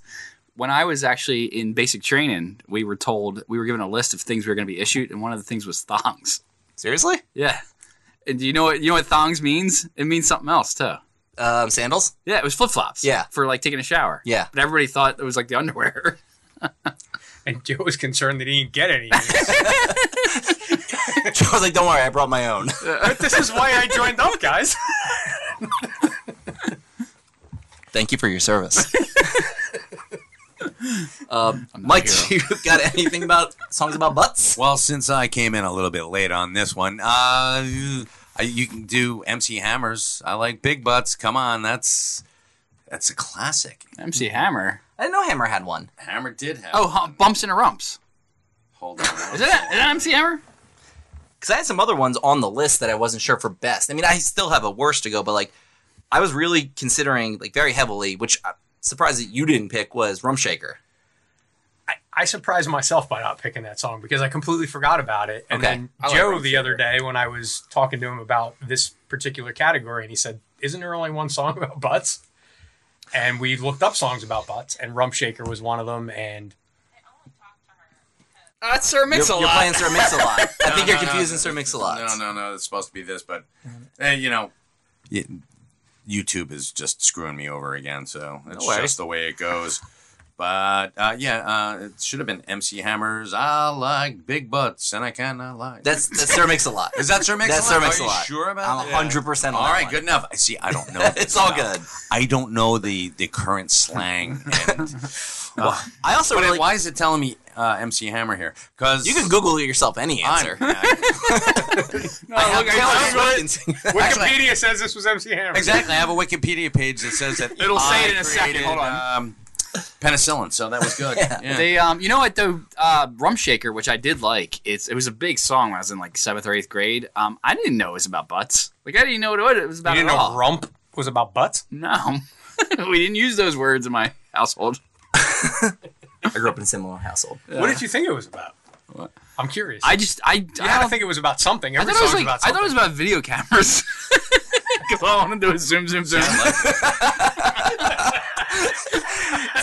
Speaker 3: when I was actually in basic training, we were told we were given a list of things we were going to be issued, and one of the things was thongs.
Speaker 5: Seriously,
Speaker 3: Yeah, and do you know what you know what thongs means? It means something else too.
Speaker 5: um, sandals?
Speaker 3: Yeah, it was flip flops.
Speaker 5: Yeah.
Speaker 3: for like taking a shower.
Speaker 5: Yeah.
Speaker 3: but everybody thought it was like the underwear.
Speaker 4: And Joe was concerned that he didn't get any.
Speaker 5: I was like, don't worry, I brought my own.
Speaker 4: but this is why I joined up, guys.
Speaker 5: Thank you for your service. um, Mike, do you got anything about songs about butts?
Speaker 2: Well, since I came in a little bit late on this one, uh, you, I- you can do MC Hammers. I like big butts. Come on, that's that's a classic.
Speaker 3: MC Hammer.
Speaker 5: I didn't know Hammer had one.
Speaker 2: Hammer did have.
Speaker 3: Oh, huh, bumps and rumps.
Speaker 2: hold on.
Speaker 3: Is that, is that MC Hammer?
Speaker 5: Because I had some other ones on the list that I wasn't sure for best. I mean, I still have a worst to go, but like, I was really considering like very heavily, which I'm surprised that you didn't pick was Rumshaker.
Speaker 4: I, I surprised myself by not picking that song because I completely forgot about it. And
Speaker 5: Okay.
Speaker 4: then
Speaker 5: I like
Speaker 4: Joe
Speaker 5: Ring
Speaker 4: the other day when I was talking to him about this particular category, and he said, "Isn't there only one song about butts?" And we looked up songs about butts, and Rump Shaker was one of them. And
Speaker 3: That's Sir
Speaker 5: You're,
Speaker 3: Mix a
Speaker 5: you're
Speaker 3: lot.
Speaker 5: playing Uh, Sir Mix-a-Lot. I think you're
Speaker 2: no, no,
Speaker 5: confusing
Speaker 2: no,
Speaker 5: Sir Mix-a-Lot.
Speaker 2: No, no, no. It's supposed to be this, but eh, you know, y- YouTube is just screwing me over again. So it's
Speaker 5: worries.
Speaker 2: just the way it goes. But uh, yeah, uh, it should have been MC Hammers. I like big butts, and I cannot lie.
Speaker 5: That's, that's Sir Mix-a-Lot.
Speaker 2: is that Sir Mix?
Speaker 5: that's Sir
Speaker 2: Are you
Speaker 5: Mix-a-Lot.
Speaker 2: sure about
Speaker 5: I'm
Speaker 2: that?
Speaker 5: 100% on
Speaker 2: All
Speaker 5: that
Speaker 2: right,
Speaker 5: one.
Speaker 2: good enough. I see. I don't know.
Speaker 5: It's
Speaker 2: this
Speaker 5: all
Speaker 2: stuff.
Speaker 5: good.
Speaker 2: I don't know the the current slang. And, uh,
Speaker 5: I also
Speaker 2: but
Speaker 5: really,
Speaker 2: why is it telling me uh, MC Hammer here? Because
Speaker 5: you can Google yourself any answer.
Speaker 3: No, look, I-
Speaker 5: Taylor
Speaker 3: I-
Speaker 5: Swift and-
Speaker 4: Wikipedia says this was MC Hammer.
Speaker 2: Exactly. I have a Wikipedia page that says that
Speaker 3: It'll say
Speaker 2: I
Speaker 3: it in a second.
Speaker 2: created,
Speaker 3: Hold on.
Speaker 2: Um, penicillin. So that was good.
Speaker 5: Yeah.
Speaker 2: Yeah.
Speaker 3: They, um, you know what though, uh, Rum Shaker, which I did like. It's it was a big song when I was in like seventh or eighth grade. Um, I didn't know it was about butts. Like I didn't know what it was
Speaker 4: You
Speaker 3: about
Speaker 4: didn't
Speaker 3: at
Speaker 4: know
Speaker 3: all.
Speaker 4: Rump was about butts?
Speaker 3: no, we didn't use those words in my household.
Speaker 5: I grew up in a similar household.
Speaker 4: What did you think it was about? I'm curious.
Speaker 3: I just I
Speaker 4: You had
Speaker 3: I
Speaker 4: to
Speaker 3: don't
Speaker 4: think it was about something.
Speaker 3: I
Speaker 4: Every
Speaker 3: thought it was
Speaker 4: song's
Speaker 3: like
Speaker 4: about
Speaker 3: I
Speaker 4: something.
Speaker 3: thought it was about video cameras. Because all I wanted to do was zoom, zoom, zoom.
Speaker 5: It's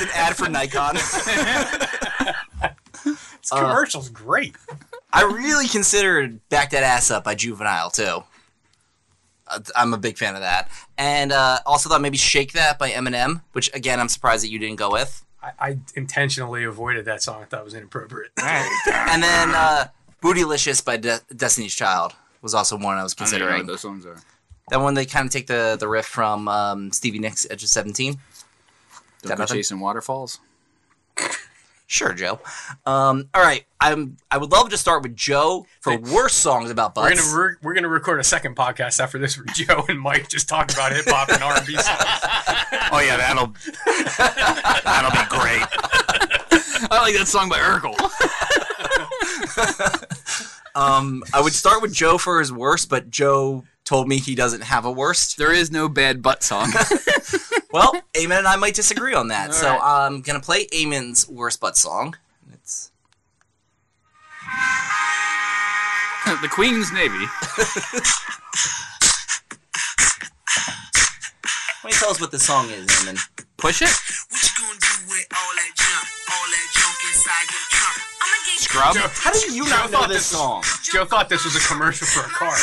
Speaker 5: an ad for Nikon.
Speaker 4: This
Speaker 3: uh,
Speaker 4: commercial's great.
Speaker 5: I really considered "Back That Ass Up" by Juvenile too. Uh, I'm a big fan of that, and uh, also thought maybe "Shake That" by Eminem, which again I'm surprised that you didn't go with.
Speaker 4: I, I intentionally avoided that song. I thought it was inappropriate.
Speaker 5: And then uh, "Bootylicious" by De- Destiny's Child was also one I was considering.
Speaker 3: those songs are.
Speaker 5: that one they kind of take the the riff from um, Stevie Nicks' "Edge of 17."
Speaker 3: Don't go
Speaker 5: nothing?
Speaker 3: chasing waterfalls.
Speaker 5: Sure, Joe. Um, all right, I'm. I would love to start with Joe for worst songs about
Speaker 4: We're
Speaker 5: butts.
Speaker 4: gonna re- we're gonna record a second podcast after this where Joe and Mike just talk about hip hop and R and B songs.
Speaker 2: Oh yeah, that'll that'll be great.
Speaker 3: I like that song by Urkel.
Speaker 5: Um, I would start with Joe for his worst, but Joe told me he doesn't have a worst.
Speaker 3: there is no bad butt song.
Speaker 5: Well, Eamon and I might disagree on that. so
Speaker 3: right.
Speaker 5: I'm going to play Eamon's worst butt song. It's
Speaker 3: the Queen's Navy.
Speaker 5: Why don't you tell us what this song is, Eamon?
Speaker 3: Push it.
Speaker 6: What you gonna do with all that junk? All that junk inside your trunk? I'ma get
Speaker 3: Scrub.
Speaker 5: How do you not know this song?
Speaker 4: Joe thought this was a commercial for a car.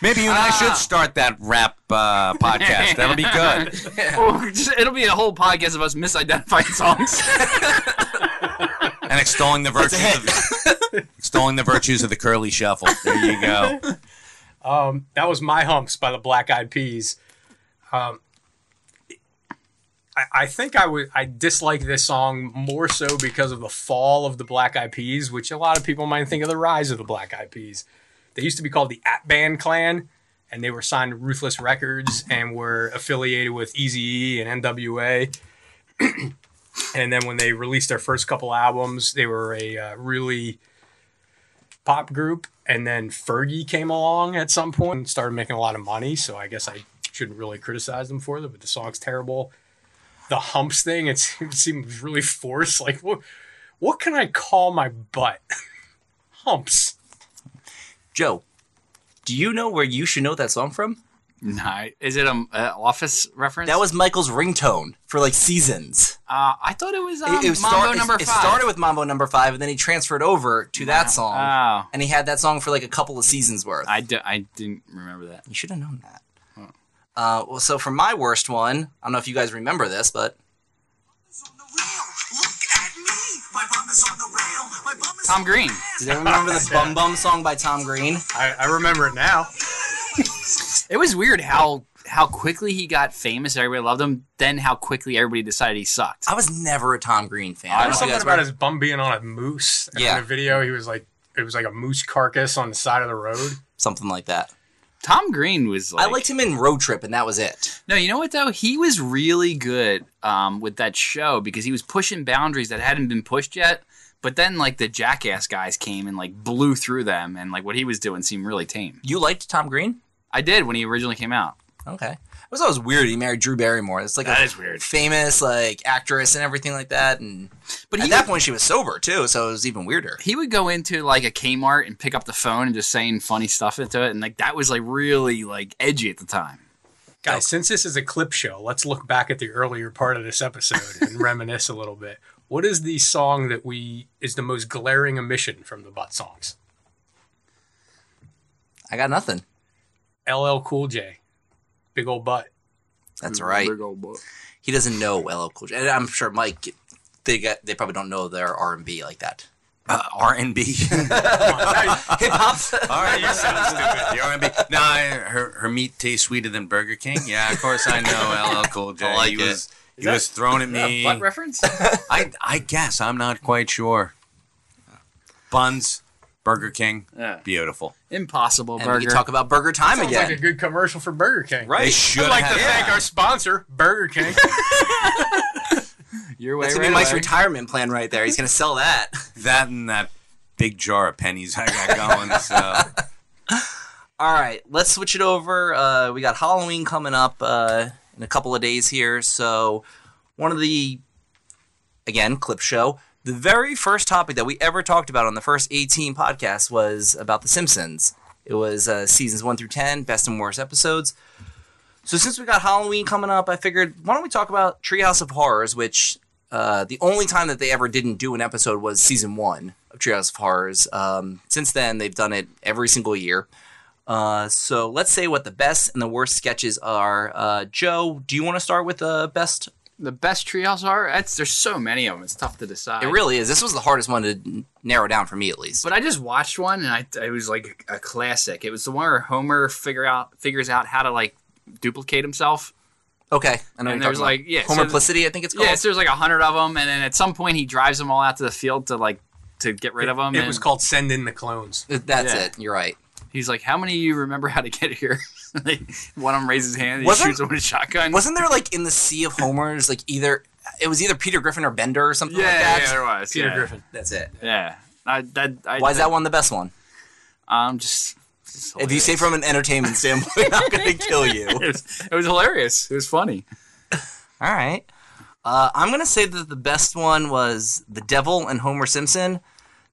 Speaker 2: Maybe you and I should start that rap uh, podcast. That'll be good.
Speaker 3: Oh, just- it'll be a whole podcast of us misidentifying songs.
Speaker 2: And extolling the virtues of extolling the virtues of the curly shuffle. There you go.
Speaker 4: Um, that was My Humps by the Black Eyed Peas. Um, I, I think I would I dislike this song more so because of the fall of the Black Eyed Peas, which a lot of people might think of the rise of the Black Eyed Peas. They used to be called the At Band Clan, and they were signed to Ruthless Records and were affiliated with Eazy-E and NWA. and then when they released their first couple albums, they were a uh, really pop group, and then Fergie came along at some point and started making a lot of money. So I guess I shouldn't really criticize them for that, but the song's terrible. The humps thing, it seemed, seemed really forced. Like, what, what can I call my butt? humps.
Speaker 5: Joe, do you know where you should know that song from?
Speaker 3: Nah, is it an uh, office reference?
Speaker 5: That was Michael's ringtone for like seasons.
Speaker 3: Uh, I thought it was, um,
Speaker 5: it, it was
Speaker 3: Mambo
Speaker 5: start- it-
Speaker 3: number
Speaker 5: it
Speaker 3: five.
Speaker 5: started with Mambo number five, and then he transferred over to that song,
Speaker 3: Wow.
Speaker 5: and he had that song for like a couple of seasons worth.
Speaker 3: I, d- I didn't remember that.
Speaker 5: You should have known that. Uh, well, so for my worst one, I don't know if you guys remember this, but
Speaker 6: on the rail. Look at me. My bum is on the rail. My bum is
Speaker 3: Tom Green.
Speaker 5: does anyone remember the Bum Bum song by Tom Green?
Speaker 4: I, I remember it now.
Speaker 3: It was weird how how quickly he got famous. Everybody loved him. Then how quickly everybody decided he sucked.
Speaker 5: I was never a Tom Green fan.
Speaker 4: There
Speaker 5: don't
Speaker 4: was
Speaker 5: know if you
Speaker 4: something
Speaker 5: guys
Speaker 4: about
Speaker 5: were.
Speaker 4: his bum being on a moose. And
Speaker 5: Yeah.
Speaker 4: In the video, he was like, it was like a moose carcass on the side of the road.
Speaker 5: something like that.
Speaker 3: Tom Green was like,
Speaker 5: I liked him in Road Trip, and that was it.
Speaker 3: no, you know what though? He was really good um, with that show because he was pushing boundaries that hadn't been pushed yet. But then like the jackass guys came and like blew through them, and like what he was doing seemed really tame.
Speaker 5: You liked Tom Green?
Speaker 3: I did when he originally came out.
Speaker 5: Okay. It was always weird. He married Drew Barrymore. It's like
Speaker 3: That
Speaker 5: a
Speaker 3: is weird.
Speaker 5: famous like actress and everything like that. And
Speaker 3: But
Speaker 5: at
Speaker 3: he
Speaker 5: that point, she was sober too, so it was even weirder.
Speaker 3: he would go into like a Kmart and pick up the phone and just saying funny stuff into it, and like that was like really like edgy at the time.
Speaker 4: Guys, since this is a clip show, let's look back at the earlier part of this episode and reminisce a little bit. What is the song that we is the most glaring omission from the butt songs?
Speaker 5: I got nothing.
Speaker 4: LL Cool J, Big Old Butt.
Speaker 5: That's right. He doesn't know LL Cool J. And I'm sure Mike. They got. They probably don't know their R and B like that.
Speaker 2: Uh, R&B.
Speaker 5: Hip hop.
Speaker 2: All right, you sound stupid. You're R&B. No, I, her, her meat tastes sweeter than Burger King. Yeah, of course I know LL Cool J.
Speaker 5: I like
Speaker 2: he
Speaker 5: it.
Speaker 2: was he was thrown at me.
Speaker 3: Butt reference?
Speaker 2: I I guess I'm not quite sure. Buns, Burger King,
Speaker 3: Yeah.
Speaker 2: beautiful.
Speaker 3: Impossible
Speaker 5: and we
Speaker 3: burger.
Speaker 5: can talk about Burger Time
Speaker 4: Sounds
Speaker 5: again.
Speaker 4: like a good commercial for Burger King.
Speaker 2: They
Speaker 5: right.
Speaker 2: should
Speaker 4: I'd like to
Speaker 2: have.
Speaker 4: thank our sponsor, Burger King.
Speaker 3: Your way,
Speaker 5: That's gonna
Speaker 3: right
Speaker 5: be Mike's
Speaker 3: away.
Speaker 5: retirement plan right there. He's gonna sell that.
Speaker 2: that and that big jar of pennies I got going. So
Speaker 5: All right, let's switch it over. Uh, we got Halloween coming up uh, in a couple of days here. So, one of the, again, clip show. The very first topic that we ever talked about on the first 18 podcast was about The Simpsons. It was uh, seasons 1 through 10, best and worst episodes. So, since we got Halloween coming up, I figured why don't we talk about Treehouse of Horrors, which uh, the only time that they ever didn't do an episode was season 1 of Treehouse of Horrors. Um, since then, they've done it every single year. Uh, so let's say what the best and the worst sketches are. Uh, Joe, do you want to start with the best?
Speaker 3: the best treehouse are. That's, there's so many of them. It's tough to decide.
Speaker 5: It really is. This was the hardest one to n- narrow down for me, at least.
Speaker 3: But I just watched one and I it was like a classic. It was the one where Homer figure out figures out how to like duplicate himself.
Speaker 5: okay, I know
Speaker 3: And
Speaker 5: you're
Speaker 3: there's
Speaker 5: talking
Speaker 3: like-
Speaker 5: about
Speaker 3: yeah, so-
Speaker 5: homoplicity. I think it's called.
Speaker 3: Yeah, so there's like a hundred of them, and then at some point he drives them all out to the field to like to get rid of them.
Speaker 4: It
Speaker 3: and
Speaker 4: was called Send In the Clones.
Speaker 5: Th- That's
Speaker 3: yeah.
Speaker 5: it. You're right.
Speaker 3: He's like, "How many of you remember how to get here?" They- One of them raises his hand. And he
Speaker 5: Wasn't-
Speaker 3: shoots him with a shotgun.
Speaker 5: Wasn't there like in the sea of homers, like either it was either Peter Griffin or Bender or something
Speaker 3: yeah,
Speaker 5: like that.
Speaker 3: yeah, there was
Speaker 4: Peter
Speaker 3: yeah.
Speaker 4: Griffin.
Speaker 5: That's it.
Speaker 3: Yeah, I, that, I,
Speaker 5: Why is that one the best one?
Speaker 3: I'm just. it's
Speaker 5: If you say from an entertainment standpoint, I'm gonna kill you.
Speaker 3: hilarious. it was, it was hilarious. It was funny.
Speaker 5: All right. Uh, I'm going to say that the best one was The Devil and Homer Simpson.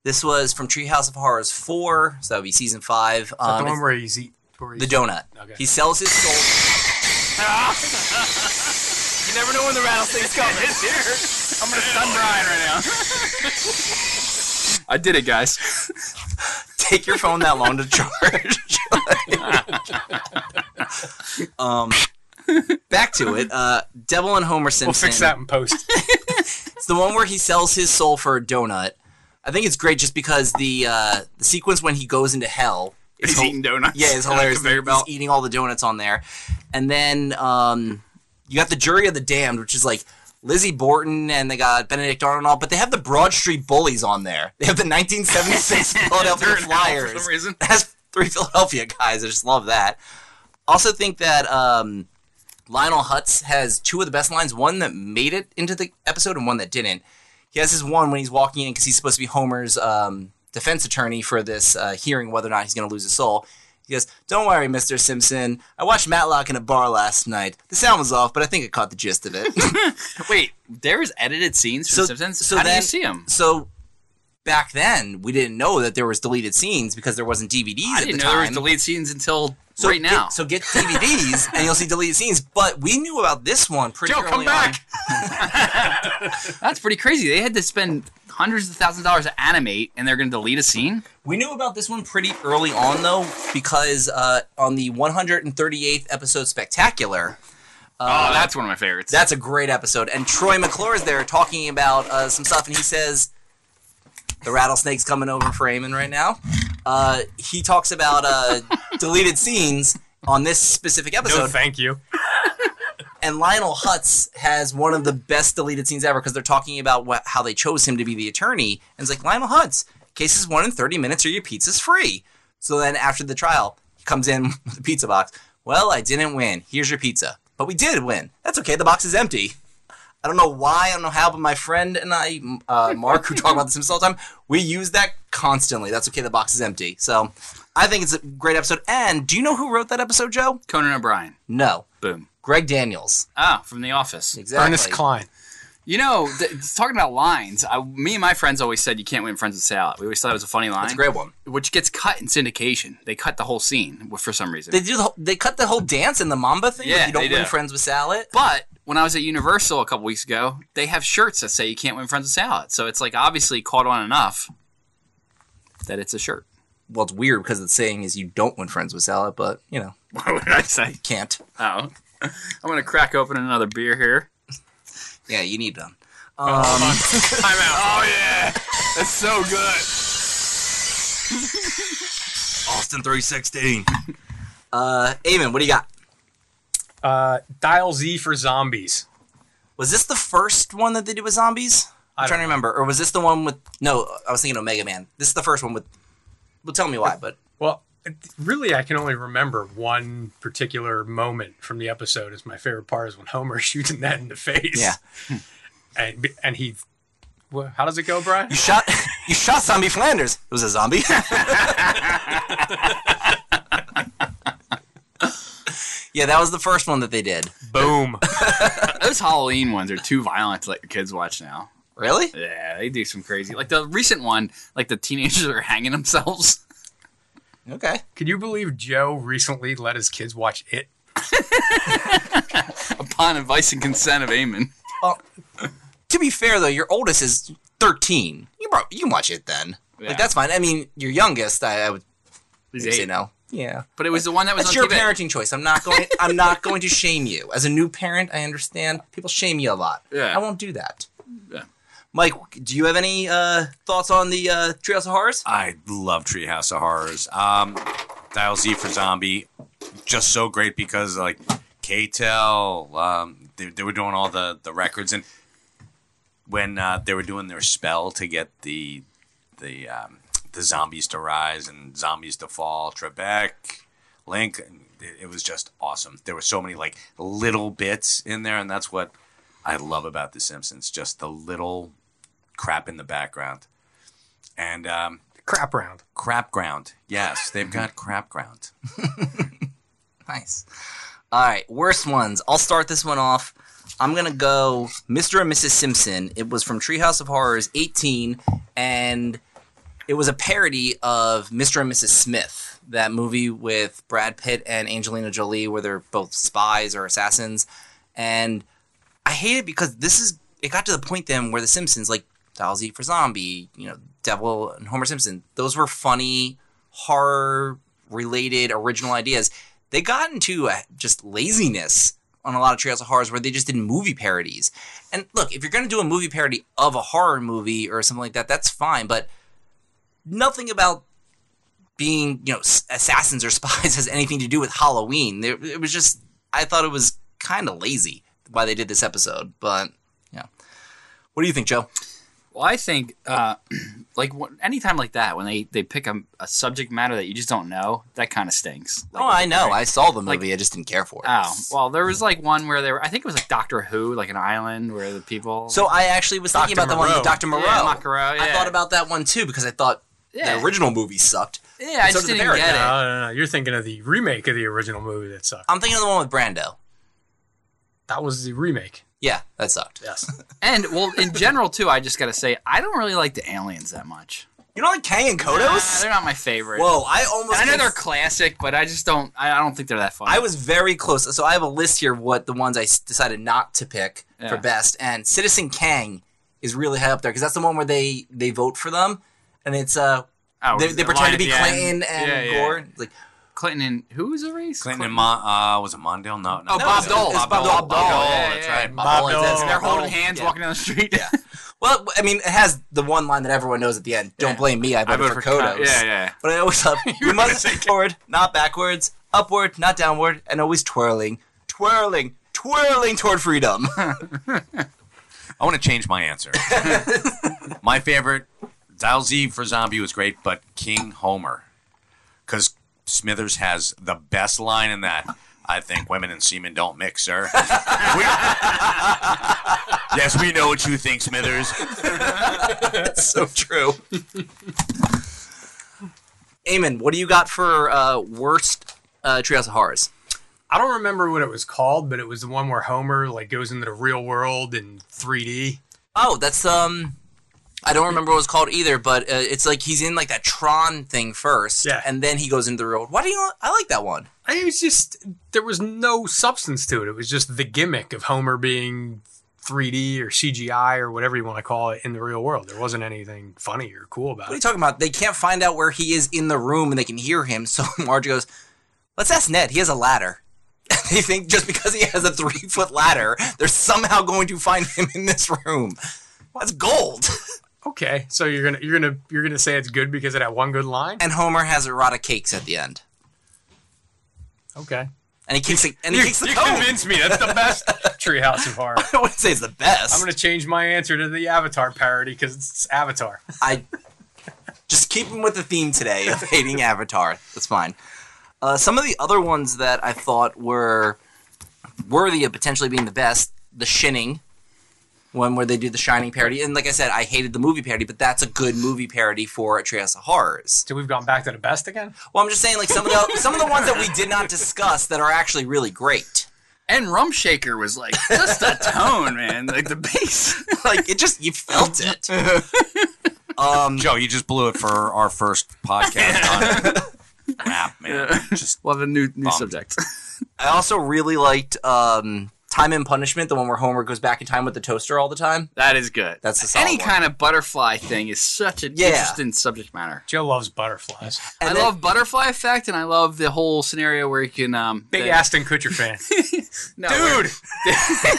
Speaker 5: This was from Treehouse of Horrors 4, so that would be season 5. Um,
Speaker 4: the one
Speaker 5: it's
Speaker 4: where he's eat. Where
Speaker 5: the
Speaker 4: he's
Speaker 5: donut.
Speaker 4: Okay.
Speaker 5: He sells his soul. you never know when the rattlesnake's coming.
Speaker 3: I'm gonna stun Brian right now. I did it, guys.
Speaker 5: Take your phone that long to charge. um, back to it. Uh, Devil and Homer Simpson.
Speaker 4: We'll fix that in post.
Speaker 5: It's the one where he sells his soul for a donut. I think it's great just because the uh, the sequence when he goes into hell is
Speaker 3: He's
Speaker 5: hel-
Speaker 3: eating donuts.
Speaker 5: Yeah, it's
Speaker 3: on a
Speaker 5: hilarious.
Speaker 3: Conveyor
Speaker 5: He's
Speaker 3: belt.
Speaker 5: eating all the donuts on there, and then um, you got the jury of the damned, which is like Lizzie Borton and they got Benedict Arnold, but they have the Broad Street Bullies on there. They have the 1976
Speaker 3: They're
Speaker 5: Philadelphia
Speaker 3: in hell
Speaker 5: Flyers.
Speaker 3: for some reason.
Speaker 5: That's three Philadelphia guys. I just love that. Also think that um, Lionel Hutz has two of the best lines. One that made it into the episode, and one that didn't. He has his one when he's walking in because he's supposed to be Homer's um, defense attorney for this uh, hearing whether or not he's going to lose his soul. He goes, "Don't worry, Mister Simpson. I watched Matlock in a bar last night. The sound was off, but I think I caught the gist of it."
Speaker 3: Wait, there is edited scenes
Speaker 5: So-
Speaker 3: from Simpsons.
Speaker 5: so
Speaker 3: How do you
Speaker 5: then-
Speaker 3: see them?
Speaker 5: so back then, we didn't know that there was deleted scenes because there wasn't DVDs
Speaker 3: I
Speaker 5: at
Speaker 3: didn't
Speaker 5: the
Speaker 3: know
Speaker 5: time.
Speaker 3: there was deleted scenes until
Speaker 5: so
Speaker 3: right now.
Speaker 5: get, so get DVDs and you'll see deleted scenes. But we knew about this one pretty
Speaker 3: Joe,
Speaker 5: early on.
Speaker 3: come back. That's pretty crazy. They had to spend hundreds of thousands of dollars to animate, and they're going to delete a scene.
Speaker 5: We knew about this one pretty early on, though, because uh, on the 138th episode, Spectacular,
Speaker 3: oh, that's one of my favorites.
Speaker 5: that's a great episode, and Troy McClure is there talking about uh, some stuff, and he says, "The rattlesnake's coming over for Eamon right now." Uh, he talks about uh, deleted scenes on this specific
Speaker 4: No,
Speaker 5: episode,
Speaker 4: thank you.
Speaker 5: and Lionel Hutz has one of the best deleted scenes ever because they're talking about what, how they chose him to be the attorney. And it's like, Lionel Hutz, cases one in 30 minutes or your pizza's free. So then after the trial, he comes in with a pizza box. Well, I didn't win. Here's your pizza. But we did win. That's okay. The box is empty. I don't know why, I don't know how, but my friend and I, uh, Mark, who talk about this himself all the time, we use that constantly. That's okay. The box is empty. So I think it's a great episode. And do you know who wrote that episode, Joe?
Speaker 3: Conan O'Brien.
Speaker 5: No.
Speaker 3: Boom.
Speaker 5: Greg Daniels.
Speaker 3: Ah, from The Office.
Speaker 5: Exactly.
Speaker 4: Ernest Klein.
Speaker 3: You know, th- talking about lines, I, me and my friends always said you can't win friends with salad. We always thought it was a funny line,
Speaker 5: That's a great one.
Speaker 3: which gets cut in syndication. They cut the whole scene for some reason.
Speaker 5: They do. The whole, they cut the whole dance and the Mamba thing.
Speaker 3: Yeah,
Speaker 5: like you don't
Speaker 3: they
Speaker 5: win
Speaker 3: do.
Speaker 5: friends with salad.
Speaker 3: But when I was at Universal a couple weeks ago, they have shirts that say you can't win friends with salad. So it's like obviously caught on enough that it's a shirt.
Speaker 5: Well, it's weird because the saying is you don't win friends with salad, but you know
Speaker 3: What would I say?
Speaker 5: can't.
Speaker 3: Oh, I'm gonna crack open another beer here.
Speaker 5: Yeah, you need them.
Speaker 3: I'm out. Oh yeah, that's so good.
Speaker 5: Austin three sixteen. uh, Eamon, what do you got?
Speaker 4: Uh, Dial Z for zombies.
Speaker 5: Was this the first one that they did with zombies? I'm
Speaker 4: I
Speaker 5: trying to remember, or was this the one with? No, I was thinking of Mega Man. This is the first one with. Well, tell me why, but
Speaker 4: Well, it- really, I can only remember one particular moment from the episode. Is my favorite part is when Homer shoots him that in the face.
Speaker 5: Yeah.
Speaker 4: and and he, wha- how does it go, Brian?
Speaker 5: you shot you shot zombie Flanders. It was a zombie. yeah, that was the first one that they did.
Speaker 4: Boom.
Speaker 3: Those Halloween ones are too violent to let your kids watch now.
Speaker 5: Really?
Speaker 3: Yeah, they do some crazy. Like the recent one, like the teenagers are hanging themselves.
Speaker 5: Okay.
Speaker 4: Could you believe Joe recently let his kids watch it?
Speaker 3: upon advice and consent of Eamon.
Speaker 5: to be fair though, your oldest is 13. You bro, you can watch it then.
Speaker 3: Yeah.
Speaker 5: Like that's fine. I mean, your youngest, I, I would maybe say
Speaker 3: eight.
Speaker 5: no. Yeah.
Speaker 3: But it was the one that was
Speaker 5: That's
Speaker 3: on
Speaker 5: your
Speaker 3: TV.
Speaker 5: parenting choice. I'm not going I'm not going to shame you. As a new parent, I understand people shame you a lot.
Speaker 3: Yeah.
Speaker 5: I won't do that.
Speaker 3: Yeah.
Speaker 5: Mike, do you have any uh, thoughts on the uh, Trails of Horrors?
Speaker 2: I love Treehouse of Horrors. Um, Dial Z for Zombie, just so great because like K-Tel, um, they, they were doing all the the records and when uh, they were doing their spell to get the the um, the zombies to rise and zombies to fall, Trebek, Link, it, it was just awesome. There were so many like little bits in there, and that's what I love about The Simpsons, just the little crap in the background. And um,
Speaker 4: Crap round.
Speaker 2: crap ground. Yes, they've got crap ground.
Speaker 5: Nice. All right, worst ones. I'll start this one off. I'm gonna go Mr. and Mrs. Simpson. It was from Treehouse of Horrors 18, and it was a parody of Mr. and Mrs. Smith, that movie with Brad Pitt and Angelina Jolie, where they're both spies or assassins. And I hate it because this is it got to the point then where the Simpsons, like Dial Z for Zombie, you know, Devil and Homer Simpson, those were funny horror related original ideas. They got into a, just laziness on a lot of Trails of Horrors where they just did movie parodies. And look, if you're going to do a movie parody of a horror movie or something like that, that's fine. But nothing about being, you know, s- assassins or spies has anything to do with Halloween. There- It was just, I thought it was kind of lazy why they did this episode. But yeah, what do you think, Joe?
Speaker 3: Well, I think uh, like wh- anytime like that when they they pick a, a subject matter that you just don't know, that kind of stinks. Like,
Speaker 5: oh, I know. I saw the movie. I just didn't care for it.
Speaker 3: Oh well, there was like one where they were. I think it was like Doctor Who, like an island where the people.
Speaker 5: so I actually was thinking
Speaker 4: Dr.
Speaker 5: about the one with
Speaker 4: Moreau.
Speaker 5: Dr. Moreau.
Speaker 3: Yeah, Mock Moreau,
Speaker 5: I
Speaker 3: yeah.
Speaker 5: thought about that one too because I thought
Speaker 3: Yeah.
Speaker 5: The original movie sucked.
Speaker 3: Yeah, I
Speaker 5: So
Speaker 3: just
Speaker 5: did the
Speaker 3: didn't
Speaker 5: parrot.
Speaker 3: get it.
Speaker 4: Uh, No, no, no. You're thinking of the remake of the original movie that sucked.
Speaker 5: I'm thinking of the one with Brando.
Speaker 4: That was the remake.
Speaker 5: Yeah, that sucked.
Speaker 4: Yes.
Speaker 3: And well, in general too, I just gotta say I don't really like the aliens that much.
Speaker 5: You don't like Kang and
Speaker 3: Nah,
Speaker 5: Kodos?
Speaker 3: they're not my favorite.
Speaker 5: Whoa, I almost.
Speaker 3: And I know they're
Speaker 5: cons-
Speaker 3: classic, but I just don't. I, I don't think they're that fun.
Speaker 5: I was very close. So I have a list here what the ones I s- decided not to pick
Speaker 3: Yeah.
Speaker 5: for best, and Citizen Kang is really high up there because that's the one where they they vote for them, and it's uh
Speaker 3: Oh,
Speaker 5: they,
Speaker 3: the
Speaker 5: they
Speaker 3: line
Speaker 5: pretend to
Speaker 3: at
Speaker 5: be
Speaker 3: the end.
Speaker 5: Clinton and
Speaker 3: Yeah, yeah.
Speaker 5: Gore. Like
Speaker 3: Clinton and who was the race?
Speaker 2: Clinton and Mon- uh, was it Mondale? No, no.
Speaker 3: Oh, Bob
Speaker 5: it's-
Speaker 3: Dole.
Speaker 5: it's
Speaker 2: Bob Dole. Bob Dole.
Speaker 3: Yeah,
Speaker 2: That's
Speaker 3: yeah.
Speaker 2: right. Bob,
Speaker 4: Bob
Speaker 5: Dole and
Speaker 4: Dole.
Speaker 5: Zed's-
Speaker 3: And they're
Speaker 5: Bob
Speaker 3: holding
Speaker 5: Dole.
Speaker 3: hands,
Speaker 5: Yeah.
Speaker 3: walking down the street.
Speaker 5: Yeah. Well, I mean, it has the one line that everyone knows at the end. Don't
Speaker 3: Yeah.
Speaker 5: blame me. I voted for, Kodos.
Speaker 3: Kodos. Yeah, yeah.
Speaker 5: But I always love we must forward, not backwards, upward, not downward, and always twirling, twirling, twirling toward freedom.
Speaker 2: I want to change my answer. my favorite, Zal Z for Zombie was great, but King Homer, because Smithers has the best line in that. I think women and semen don't mix, sir. We- yes, we know what you think, Smithers.
Speaker 5: That's so true. Eamon, what do you got for uh, worst uh, Treehouse of Horrors?
Speaker 4: I don't remember what it was called, but it was the one where Homer like goes into the real world in 3D.
Speaker 5: Oh, that's um, I don't remember what it was called either, but uh, it's like he's in like that Tron thing first,
Speaker 4: Yeah.
Speaker 5: and then he goes into the world. Why do you? I like that one.
Speaker 4: I mean, it was just there was no substance to it. It was just the gimmick of Homer being 3D or CGI or whatever you want to call it in the real world. There wasn't anything funny or cool about
Speaker 5: What are you
Speaker 4: it.
Speaker 5: talking about? They can't find out where he is in the room and they can hear him. So Marge goes, Let's ask Ned. He has a ladder. they think just because he has a three foot ladder, they're somehow going to find him in this room. That's gold.
Speaker 4: Okay, so you're gonna you're gonna you're gonna say it's good because it had one good line.
Speaker 5: And Homer has erotic cakes at the end.
Speaker 4: Okay,
Speaker 5: And he kicks the, and he kicks the
Speaker 4: you
Speaker 5: cone.
Speaker 4: convinced me. That's the best Treehouse of Horror.
Speaker 5: I wouldn't say it's the best.
Speaker 4: I'm gonna change my answer to the Avatar parody because it's Avatar.
Speaker 5: I just keep him with the theme today of hating Avatar. That's fine. Uh, some of the other ones that I thought were worthy of potentially being the best, the Shining, one where they do the Shining parody, and like I said, I hated the movie parody, but that's a good movie parody for a Treehouse of Horrors.
Speaker 4: So we've gone back to the best again.
Speaker 5: Well, I'm just saying, like some of the some of the ones that we did not discuss that are actually really great.
Speaker 3: And Rumshaker was like just the tone, man, like the bass.
Speaker 5: Like it just you felt it. Um,
Speaker 2: Joe, you just blew it for our first podcast. on it. Crap, man. Just
Speaker 3: We'll have a new new
Speaker 2: Bummed.
Speaker 3: subject.
Speaker 5: I also really liked um, Time and Punishment, the one where Homer goes back in time with the toaster all the time.
Speaker 3: That is good.
Speaker 5: That's the solid
Speaker 3: any
Speaker 5: one.
Speaker 3: kind of butterfly thing is such an
Speaker 5: Yeah.
Speaker 3: interesting subject matter.
Speaker 4: Joe loves butterflies.
Speaker 5: And
Speaker 3: I
Speaker 5: then-
Speaker 3: love butterfly effect, and I love the whole scenario where you can um
Speaker 4: Big
Speaker 3: the,
Speaker 4: Aston Kutcher fan.
Speaker 3: no, where-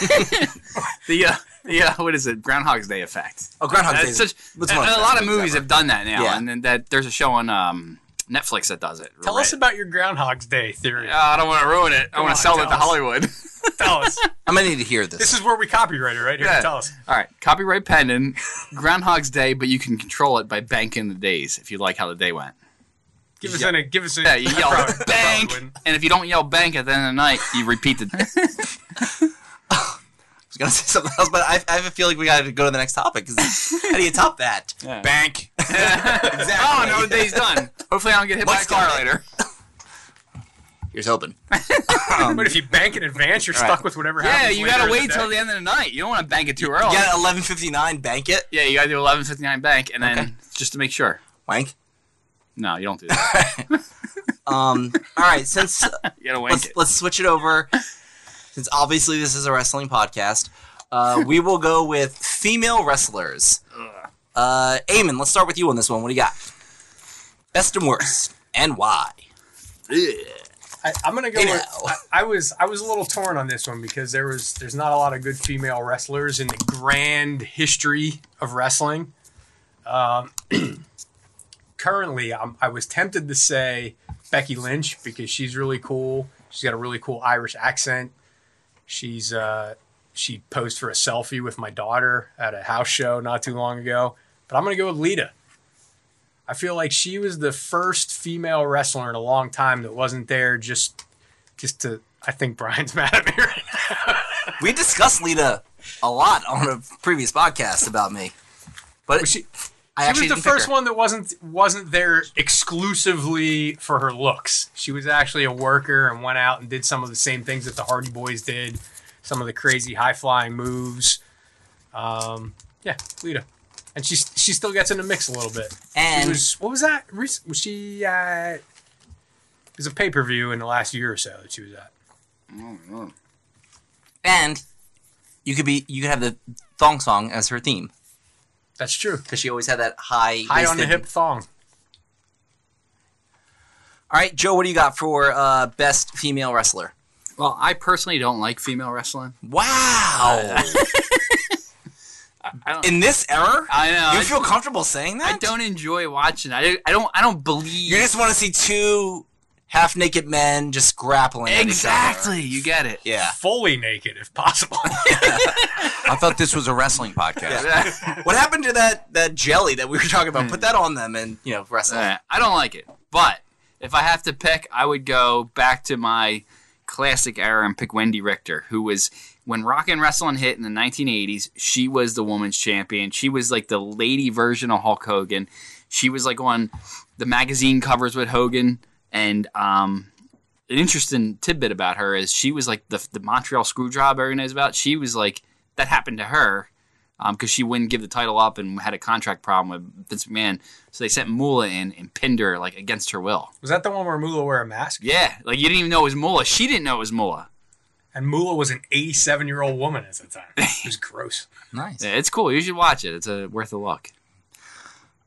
Speaker 3: the uh, the uh, what is it Groundhog's Day effect.
Speaker 5: Oh, Groundhog Day.
Speaker 3: That's such,
Speaker 5: What's
Speaker 3: a,
Speaker 5: one of
Speaker 3: a
Speaker 5: the
Speaker 3: lot
Speaker 5: best
Speaker 3: of
Speaker 5: movies
Speaker 3: movies
Speaker 5: ever.
Speaker 3: have done that now,
Speaker 5: Yeah.
Speaker 3: and then that there's a show on um, Netflix that does it.
Speaker 4: Tell us
Speaker 3: Red.
Speaker 4: about your Groundhog's Day theory.
Speaker 3: Oh, I don't want to ruin it. I
Speaker 4: Come
Speaker 3: want
Speaker 4: on,
Speaker 3: to sell it
Speaker 4: tell
Speaker 3: to
Speaker 4: us.
Speaker 3: Hollywood.
Speaker 4: Tell us.
Speaker 5: I'm gonna need to hear
Speaker 4: This
Speaker 5: this.
Speaker 4: is where we copyright it right here.
Speaker 3: Yeah.
Speaker 4: Tell us.
Speaker 3: All right, copyright pending. Groundhog's Day, but you can control it by banking the days if you like how the day went.
Speaker 4: Give us an. Give us a.
Speaker 3: Yeah, you
Speaker 4: I
Speaker 3: yell
Speaker 4: probably- I probably
Speaker 3: bank,
Speaker 4: wouldn't.
Speaker 3: and if you don't yell bank at the end of the night, you repeat the.
Speaker 5: I was gonna say something else, but I, I have a feeling we gotta go to the next topic. 'cause how do you top that?
Speaker 2: bank.
Speaker 5: Exactly.
Speaker 3: oh no, the day's done. Hopefully, I don't get hit
Speaker 5: Mike's
Speaker 3: by a car
Speaker 5: got it.
Speaker 3: later.
Speaker 5: Here's hoping.
Speaker 4: But if you bank in advance, you're
Speaker 5: All right.
Speaker 4: stuck with whatever
Speaker 3: Yeah,
Speaker 4: happens.
Speaker 3: you
Speaker 4: later in
Speaker 3: gotta
Speaker 4: the
Speaker 3: wait
Speaker 4: day.
Speaker 3: till the end of the night. You don't want to bank it too early.
Speaker 5: You got 11:59. Bank it.
Speaker 3: Yeah, you gotta do eleven fifty nine bank, and then
Speaker 5: Okay.
Speaker 3: just to make sure.
Speaker 5: Wank.
Speaker 3: No, you don't do that.
Speaker 5: Um. all right. Since
Speaker 3: You gotta wait.
Speaker 5: let's let's switch it over. Since obviously this is a wrestling podcast, uh, we will go with female wrestlers. Uh, Eamon, let's start with you on this one. What do you got? Best and worst, and why?
Speaker 4: I, I'm gonna go.
Speaker 5: You
Speaker 4: with,
Speaker 5: know.
Speaker 4: I, I was I was a little torn on this one because there was there's not a lot of good female wrestlers in the grand history of wrestling. Um, currently, I'm, I was tempted to say Becky Lynch because she's really cool. She's got a really cool Irish accent. She's uh, she posed for a selfie with my daughter at a house show not too long ago. But I'm gonna go with Lita. I feel like she was the first female wrestler in a long time that wasn't there just just to I think Brian's mad at me right now.
Speaker 5: We discussed Lita a lot on a previous podcast about me, but
Speaker 4: But she
Speaker 5: I
Speaker 4: She
Speaker 5: actually
Speaker 4: was the
Speaker 5: didn't pick
Speaker 4: first
Speaker 5: her.
Speaker 4: one that wasn't wasn't there exclusively for her looks. She was actually a worker and went out and did some of the same things that the Hardy Boys did, some of the crazy high flying moves. Um, yeah, Lita, and she she still gets in the mix a little bit. She
Speaker 5: And
Speaker 4: was what was that? Rec- Was she? Uh, it was a pay per view in the last year or so that she was at.
Speaker 5: and you could be you could have the thong song as her theme
Speaker 4: That's true.
Speaker 5: because she always had that high
Speaker 4: High on the
Speaker 5: waisted-
Speaker 4: hip thong.
Speaker 5: All right, Joe, what do you got for uh, best female wrestler?
Speaker 3: Well, I personally don't like female wrestling.
Speaker 5: Wow!
Speaker 3: I don't.
Speaker 5: In this era,
Speaker 3: I know.
Speaker 5: you
Speaker 3: I-
Speaker 5: feel comfortable saying that?
Speaker 3: I don't enjoy watching. I, I don't. I don't believe.
Speaker 5: You just want to see two half naked men just grappling. at each other.
Speaker 3: exactly. You get it.
Speaker 5: Yeah.
Speaker 4: Fully naked, if possible.
Speaker 2: I thought this was a wrestling podcast.
Speaker 5: What happened to that that jelly that we were talking
Speaker 3: Hmm.
Speaker 5: about? Put that on them and you know wrestle.
Speaker 3: Uh, I don't like it. But if I have to pick, I would go back to my classic era and pick Wendy Richter, who was when rock and wrestling hit in the 1980s. She was the women's champion. She was like the lady version of Hulk Hogan. She was like on the magazine covers with Hogan. And um, an interesting tidbit about her is she was like the the Montreal Screwjob everyone knows about. She was like that happened to her because um, she wouldn't give the title up and had a contract problem with Vince McMahon. So they sent Mula in and pinned her like against her will.
Speaker 4: was that the one where Moolah wore a mask?
Speaker 3: Yeah, like you didn't even know it was Mula. She didn't know it was Mula.
Speaker 4: And Moolah was an 87 year old woman at the time. It was gross.
Speaker 5: Nice.
Speaker 3: Yeah, it's cool. You should watch it. It's a worth a look.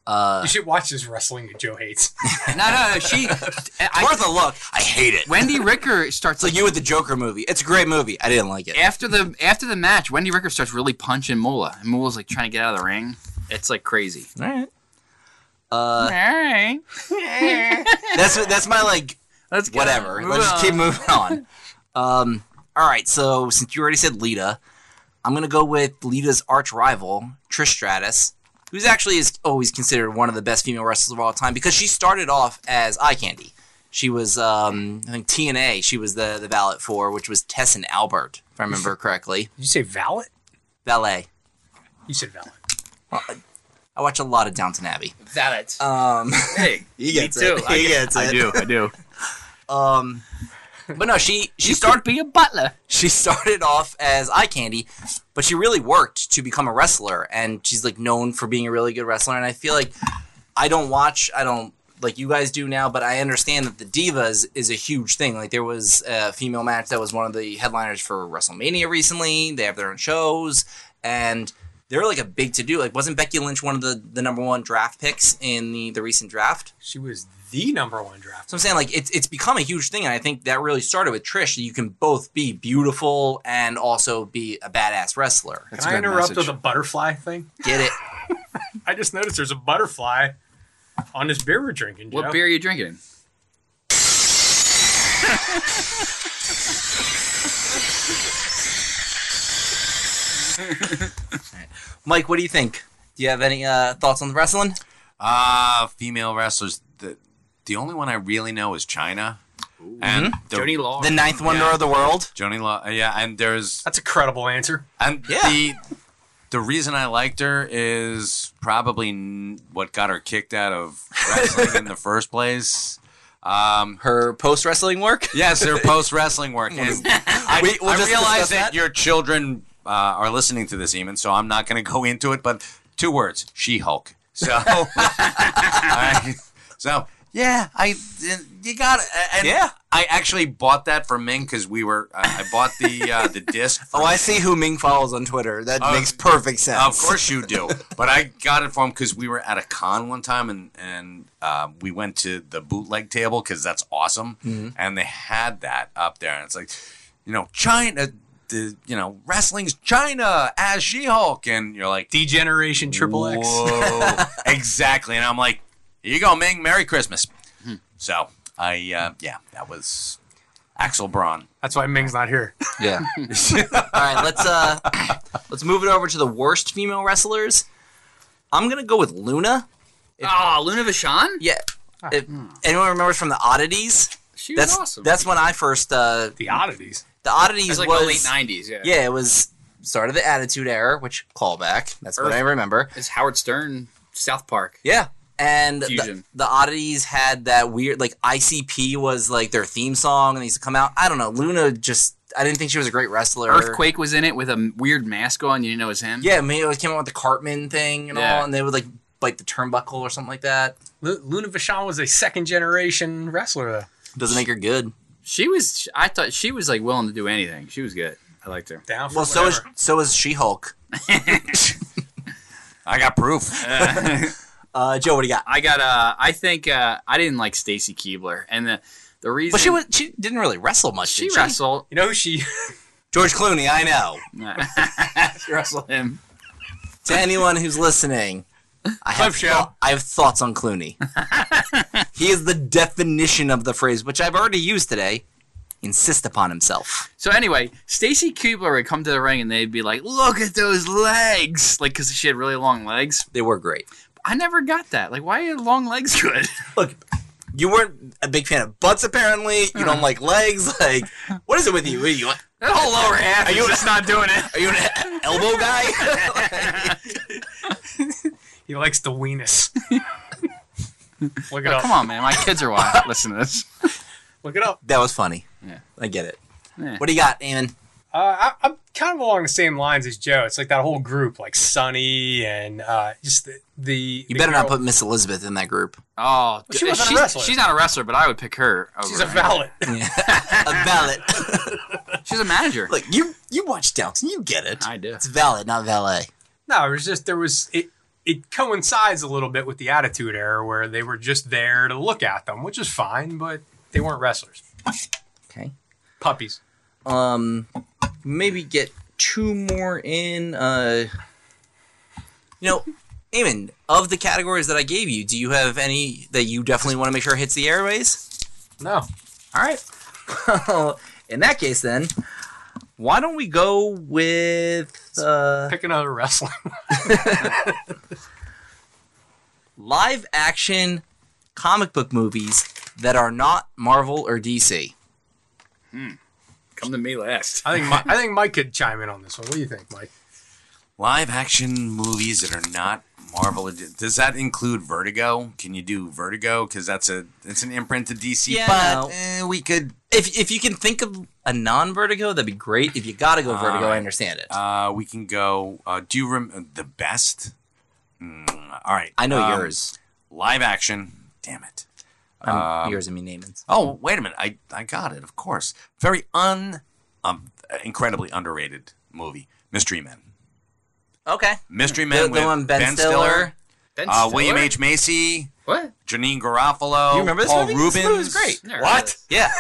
Speaker 5: Uh,
Speaker 4: You should watch this wrestling that Joe hates.
Speaker 3: No, no, no. She I,
Speaker 5: worth a look. I hate it.
Speaker 3: Wendy Ricker starts
Speaker 5: It's like
Speaker 3: like
Speaker 5: you with the Joker movie. It's a great movie. I didn't like it.
Speaker 3: after the after the match. Wendy Ricker starts really punching Mula, and Mula's like trying to get out of the ring. It's like crazy. Uh,
Speaker 5: All right.
Speaker 3: All right,
Speaker 5: That's that's my like
Speaker 3: let's get
Speaker 5: whatever.
Speaker 3: on.
Speaker 5: Let's
Speaker 3: Move
Speaker 5: just keep
Speaker 3: on.
Speaker 5: moving on. Um, all right, so since you already said Lita, I'm gonna go with Lita's arch rival Trish Stratus, who's actually is always considered one of the best female wrestlers of all time because she started off as eye candy. She was, um, I think TNA. She was the the ballot for, which was Tess and Albert, if I remember correctly.
Speaker 4: Did you say valet?
Speaker 5: Valet.
Speaker 4: You said valet.
Speaker 5: I watch a lot of Downton Abbey.
Speaker 3: Valid.
Speaker 5: Um,
Speaker 3: Hey,
Speaker 5: he gets
Speaker 3: too.
Speaker 5: it.
Speaker 3: I
Speaker 5: He gets it.
Speaker 3: I do. I do.
Speaker 5: Um, but no, she she
Speaker 3: You
Speaker 5: started
Speaker 3: start be a butler.
Speaker 5: she started off as eye candy, but she really worked to become a wrestler, and she's like known for being a really good wrestler. And I feel like I don't watch, I don't like you guys do now, but I understand that the divas is a huge thing. Like there was a female match that was one of the headliners for WrestleMania recently. They have their own shows, and they're like a big to do. Like wasn't Becky Lynch one of the the number one draft picks in the the recent draft?
Speaker 4: She was the number one draft.
Speaker 5: So I'm saying like it's it's become a huge thing, and I think that really started with Trish. That you can both be beautiful and also be a badass wrestler.
Speaker 2: That's
Speaker 4: Can I
Speaker 2: a good
Speaker 4: interrupt
Speaker 2: message.
Speaker 4: with a butterfly thing?
Speaker 5: Get it?
Speaker 4: I just noticed there's a butterfly on this beer we're drinking. Joe.
Speaker 3: What beer are you drinking?
Speaker 5: Mike, what do you think? Do you have any uh, thoughts on the wrestling?
Speaker 2: Uh, female wrestlers. The the only one I really know is China. And the,
Speaker 3: Jody Law.
Speaker 5: The ninth wonder
Speaker 2: Oh, Yeah.
Speaker 5: of the world.
Speaker 2: Joni Law. uh, Yeah, and there's
Speaker 4: That's a credible answer.
Speaker 2: and
Speaker 5: Yeah.
Speaker 2: the the reason I liked her is probably n- what got her kicked out of wrestling in the first place. Um,
Speaker 5: Her post wrestling work.
Speaker 2: yes, her post wrestling work. And I,
Speaker 5: We- we'll
Speaker 2: I
Speaker 5: just discuss
Speaker 2: realize that,
Speaker 5: that.
Speaker 2: your children uh, are listening to this, Eamon, so I'm not going to go into it. But two words: She Hulk. So, all right. so yeah, I uh, you got it. And
Speaker 5: Yeah.
Speaker 2: I actually bought that for Ming because we were. Uh, I bought the uh, the disc. for-
Speaker 5: Oh, I see who Ming follows on Twitter. That
Speaker 2: Oh,
Speaker 5: makes perfect sense.
Speaker 2: Of course you do. But I got it for him because we were at a con one time and and uh, we went to the bootleg table because that's awesome.
Speaker 4: Mm-hmm.
Speaker 2: And they had that up there, and it's like, you know, China. The you know wrestling's China as She Hulk, and you're like
Speaker 4: Degeneration Triple X.
Speaker 2: Whoa. exactly. And I'm like, here you go, Ming. Merry Christmas.
Speaker 4: Hmm.
Speaker 2: So I uh, yeah, that was Axel Braun.
Speaker 4: That's why Ming's not here.
Speaker 5: Yeah. All right, let's uh let's move it over to the worst female wrestlers. I'm gonna go with Luna.
Speaker 3: Ah, Luna Vachon?
Speaker 5: Yeah.
Speaker 2: Ah,
Speaker 5: If
Speaker 2: hmm.
Speaker 5: anyone remembers from the Oddities?
Speaker 3: She was
Speaker 5: That's
Speaker 3: awesome.
Speaker 5: that's when I first uh
Speaker 4: The oddities.
Speaker 5: the Oddities
Speaker 3: That's like
Speaker 5: was
Speaker 3: the late 90s, yeah.
Speaker 5: Yeah, it was start of the Attitude Era, which callback. That's what I remember.
Speaker 3: It's Howard Stern South Park.
Speaker 5: Yeah. And the,
Speaker 3: Fusion.
Speaker 5: the oddities had that weird like ICP was like their theme song and they used to come out. I don't know. Luna just I didn't think she was a great wrestler.
Speaker 3: Earthquake was in it with a m- weird mask on. You didn't know it was him.
Speaker 5: Yeah, maybe it was- came out with the Cartman thing and
Speaker 3: Yeah.
Speaker 5: all, and they would like bite the turnbuckle or something like that.
Speaker 4: Lu- Luna Vachon was a second generation wrestler, though.
Speaker 5: Doesn't make her good.
Speaker 3: She was. I thought she was like willing to do anything. She was good. I liked her.
Speaker 4: Down for
Speaker 5: Well, so is
Speaker 4: whatever.
Speaker 5: so is She Hulk.
Speaker 2: I got proof.
Speaker 5: Uh, Joe, what do you got?
Speaker 3: I got. Uh, I think uh, I didn't like Stacy Keebler, and the the reason.
Speaker 5: But she was she didn't really wrestle much.
Speaker 3: She
Speaker 5: did
Speaker 3: wrestled.
Speaker 4: You know who she?
Speaker 5: George Clooney. I know.
Speaker 3: she wrestled him.
Speaker 5: to anyone who's listening, I have,
Speaker 2: Cliff show.
Speaker 5: thou- I have thoughts on Clooney. he is the definition of the phrase, which I've already used today. Insist upon himself.
Speaker 3: So anyway, Stacy Keebler would come to the ring and they'd be like, "Look at those legs!" Like because she had really long legs.
Speaker 5: They were great.
Speaker 3: I never got that. Like, why are long legs good?
Speaker 5: You weren't a big fan of butts, apparently. You don't like legs. Like, what is it with you? What Are you,
Speaker 3: that whole lower half is
Speaker 5: you-
Speaker 3: just not doing it.
Speaker 5: are you an e-, elbow guy?
Speaker 4: he likes the weenus. look it up.
Speaker 3: Come on, man. My kids are watching. Listen to this.
Speaker 4: Look it up.
Speaker 5: that was funny.
Speaker 3: Yeah.
Speaker 5: I get it.
Speaker 3: Yeah.
Speaker 5: What do you got, Eamon?
Speaker 4: Uh, I, I'm kind of along the same lines as Joe. It's like that whole group, like Sonny and uh, just the. the
Speaker 5: You
Speaker 4: the
Speaker 5: better not
Speaker 4: girl-
Speaker 5: put Miss Elizabeth in that group.
Speaker 3: Oh,
Speaker 4: she wasn't a
Speaker 3: she's,
Speaker 4: wrestler.
Speaker 3: she's not a wrestler, but I would pick her. Over
Speaker 4: She's a
Speaker 3: her.
Speaker 4: valet.
Speaker 5: A valet.
Speaker 3: She's a manager.
Speaker 5: Look, you you watch Downton. You get it.
Speaker 3: I do.
Speaker 5: It's valet, not valet.
Speaker 4: No, it was just there was it. It coincides a little bit with the Attitude Era, where they were just there to look at them, which is fine, but they weren't wrestlers.
Speaker 5: Okay.
Speaker 4: Puppies.
Speaker 5: um maybe get two more in uh you know Eamon, of the categories that I gave you, do you have any that you definitely want to make sure hits the airways?
Speaker 4: No,
Speaker 5: All right. Well, in that case, then, why don't we go with uh,
Speaker 4: pick another wrestler.
Speaker 5: live action comic book movies that are not Marvel or DC?
Speaker 3: Come to me last.
Speaker 4: I think Mike, I think Mike could chime in on this one. What do you think, Mike?
Speaker 2: Live action movies that are not Marvel. Does that include Vertigo? Can you do Vertigo? Because that's a it's an imprint to DC.
Speaker 5: Yeah,
Speaker 2: but
Speaker 5: no.
Speaker 2: eh, we could.
Speaker 5: If, if you can think of a non Vertigo, that'd be great. If you gotta go Vertigo, I understand it.
Speaker 2: Uh, we can go. Uh, do you rem- the best? Mm, all right.
Speaker 5: I know
Speaker 2: um,
Speaker 5: yours.
Speaker 2: Live action. Damn it.
Speaker 5: Um, yours, I mean Naaman's.
Speaker 2: Oh, wait a minute. I, I got it, of course. Very un um, incredibly underrated movie. Mystery Men.
Speaker 5: Okay.
Speaker 2: Mystery
Speaker 5: The,
Speaker 2: Men
Speaker 5: the
Speaker 2: with
Speaker 5: one Ben, Stiller.
Speaker 3: Ben
Speaker 2: uh, William
Speaker 3: Stiller?
Speaker 2: H. Macy,
Speaker 3: What?
Speaker 2: Janine Garofalo,
Speaker 5: You remember this
Speaker 2: Paul
Speaker 5: movie?
Speaker 2: Rubens.
Speaker 5: This movie was great.
Speaker 3: Never heard
Speaker 2: What?
Speaker 3: of
Speaker 5: Yeah.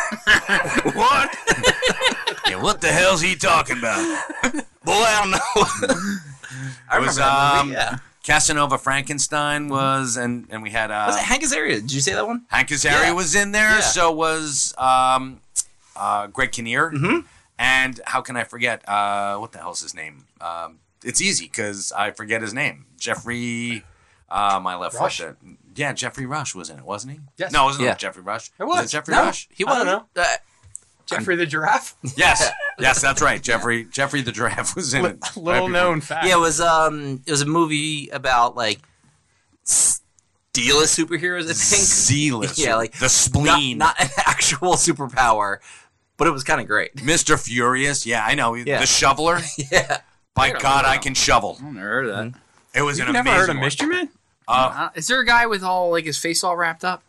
Speaker 2: What? yeah, what the hell's he talking about?
Speaker 5: Boy, I don't know. I
Speaker 2: It
Speaker 5: remember
Speaker 2: was,
Speaker 5: that
Speaker 2: um,
Speaker 5: movie. Yeah.
Speaker 2: Casanova Frankenstein was, and and we had uh,
Speaker 5: Was it Hank Azaria? Did you say that one?
Speaker 2: Hank Azaria
Speaker 5: Yeah.
Speaker 2: was in there.
Speaker 5: Yeah.
Speaker 2: So was um, uh, Greg Kinnear.
Speaker 5: Mm-hmm.
Speaker 2: And how can I forget? Uh, what the hell's his name? Um, it's easy because I forget his name. Jeffrey. Uh, my left
Speaker 4: Rush?
Speaker 2: foot. there. Yeah, Jeffrey Rush was in it, wasn't he?
Speaker 4: Yes.
Speaker 2: No, it wasn't
Speaker 5: Yeah.
Speaker 2: Jeffrey Rush.
Speaker 4: It
Speaker 2: it
Speaker 4: was.
Speaker 2: Jeffrey Rush.
Speaker 5: he
Speaker 4: I don't
Speaker 5: wasn't. Uh,
Speaker 4: Jeffrey the Giraffe.
Speaker 2: Yes, yes, that's right. Jeffrey, Jeffrey the giraffe was in it. right
Speaker 4: Little
Speaker 2: before-
Speaker 4: known fact.
Speaker 5: yeah, it was um, it was a movie about like steelist superheroes. I think.
Speaker 2: Zealous.
Speaker 5: Yeah, like,
Speaker 2: the spleen.
Speaker 5: Not, not an actual superpower, but it was kind of great.
Speaker 2: Mr. Furious. Yeah, I know.
Speaker 5: Yeah.
Speaker 2: The shoveler.
Speaker 5: Yeah.
Speaker 2: By
Speaker 3: don't
Speaker 2: God,
Speaker 3: know.
Speaker 2: I can shovel.
Speaker 3: that. I've never heard of that.
Speaker 2: It was
Speaker 4: You've
Speaker 2: an
Speaker 4: never
Speaker 2: amazing.
Speaker 4: heard of
Speaker 2: one.
Speaker 4: Mystery Man?
Speaker 2: Uh,
Speaker 3: Uh, is there a guy with all like his face all wrapped up?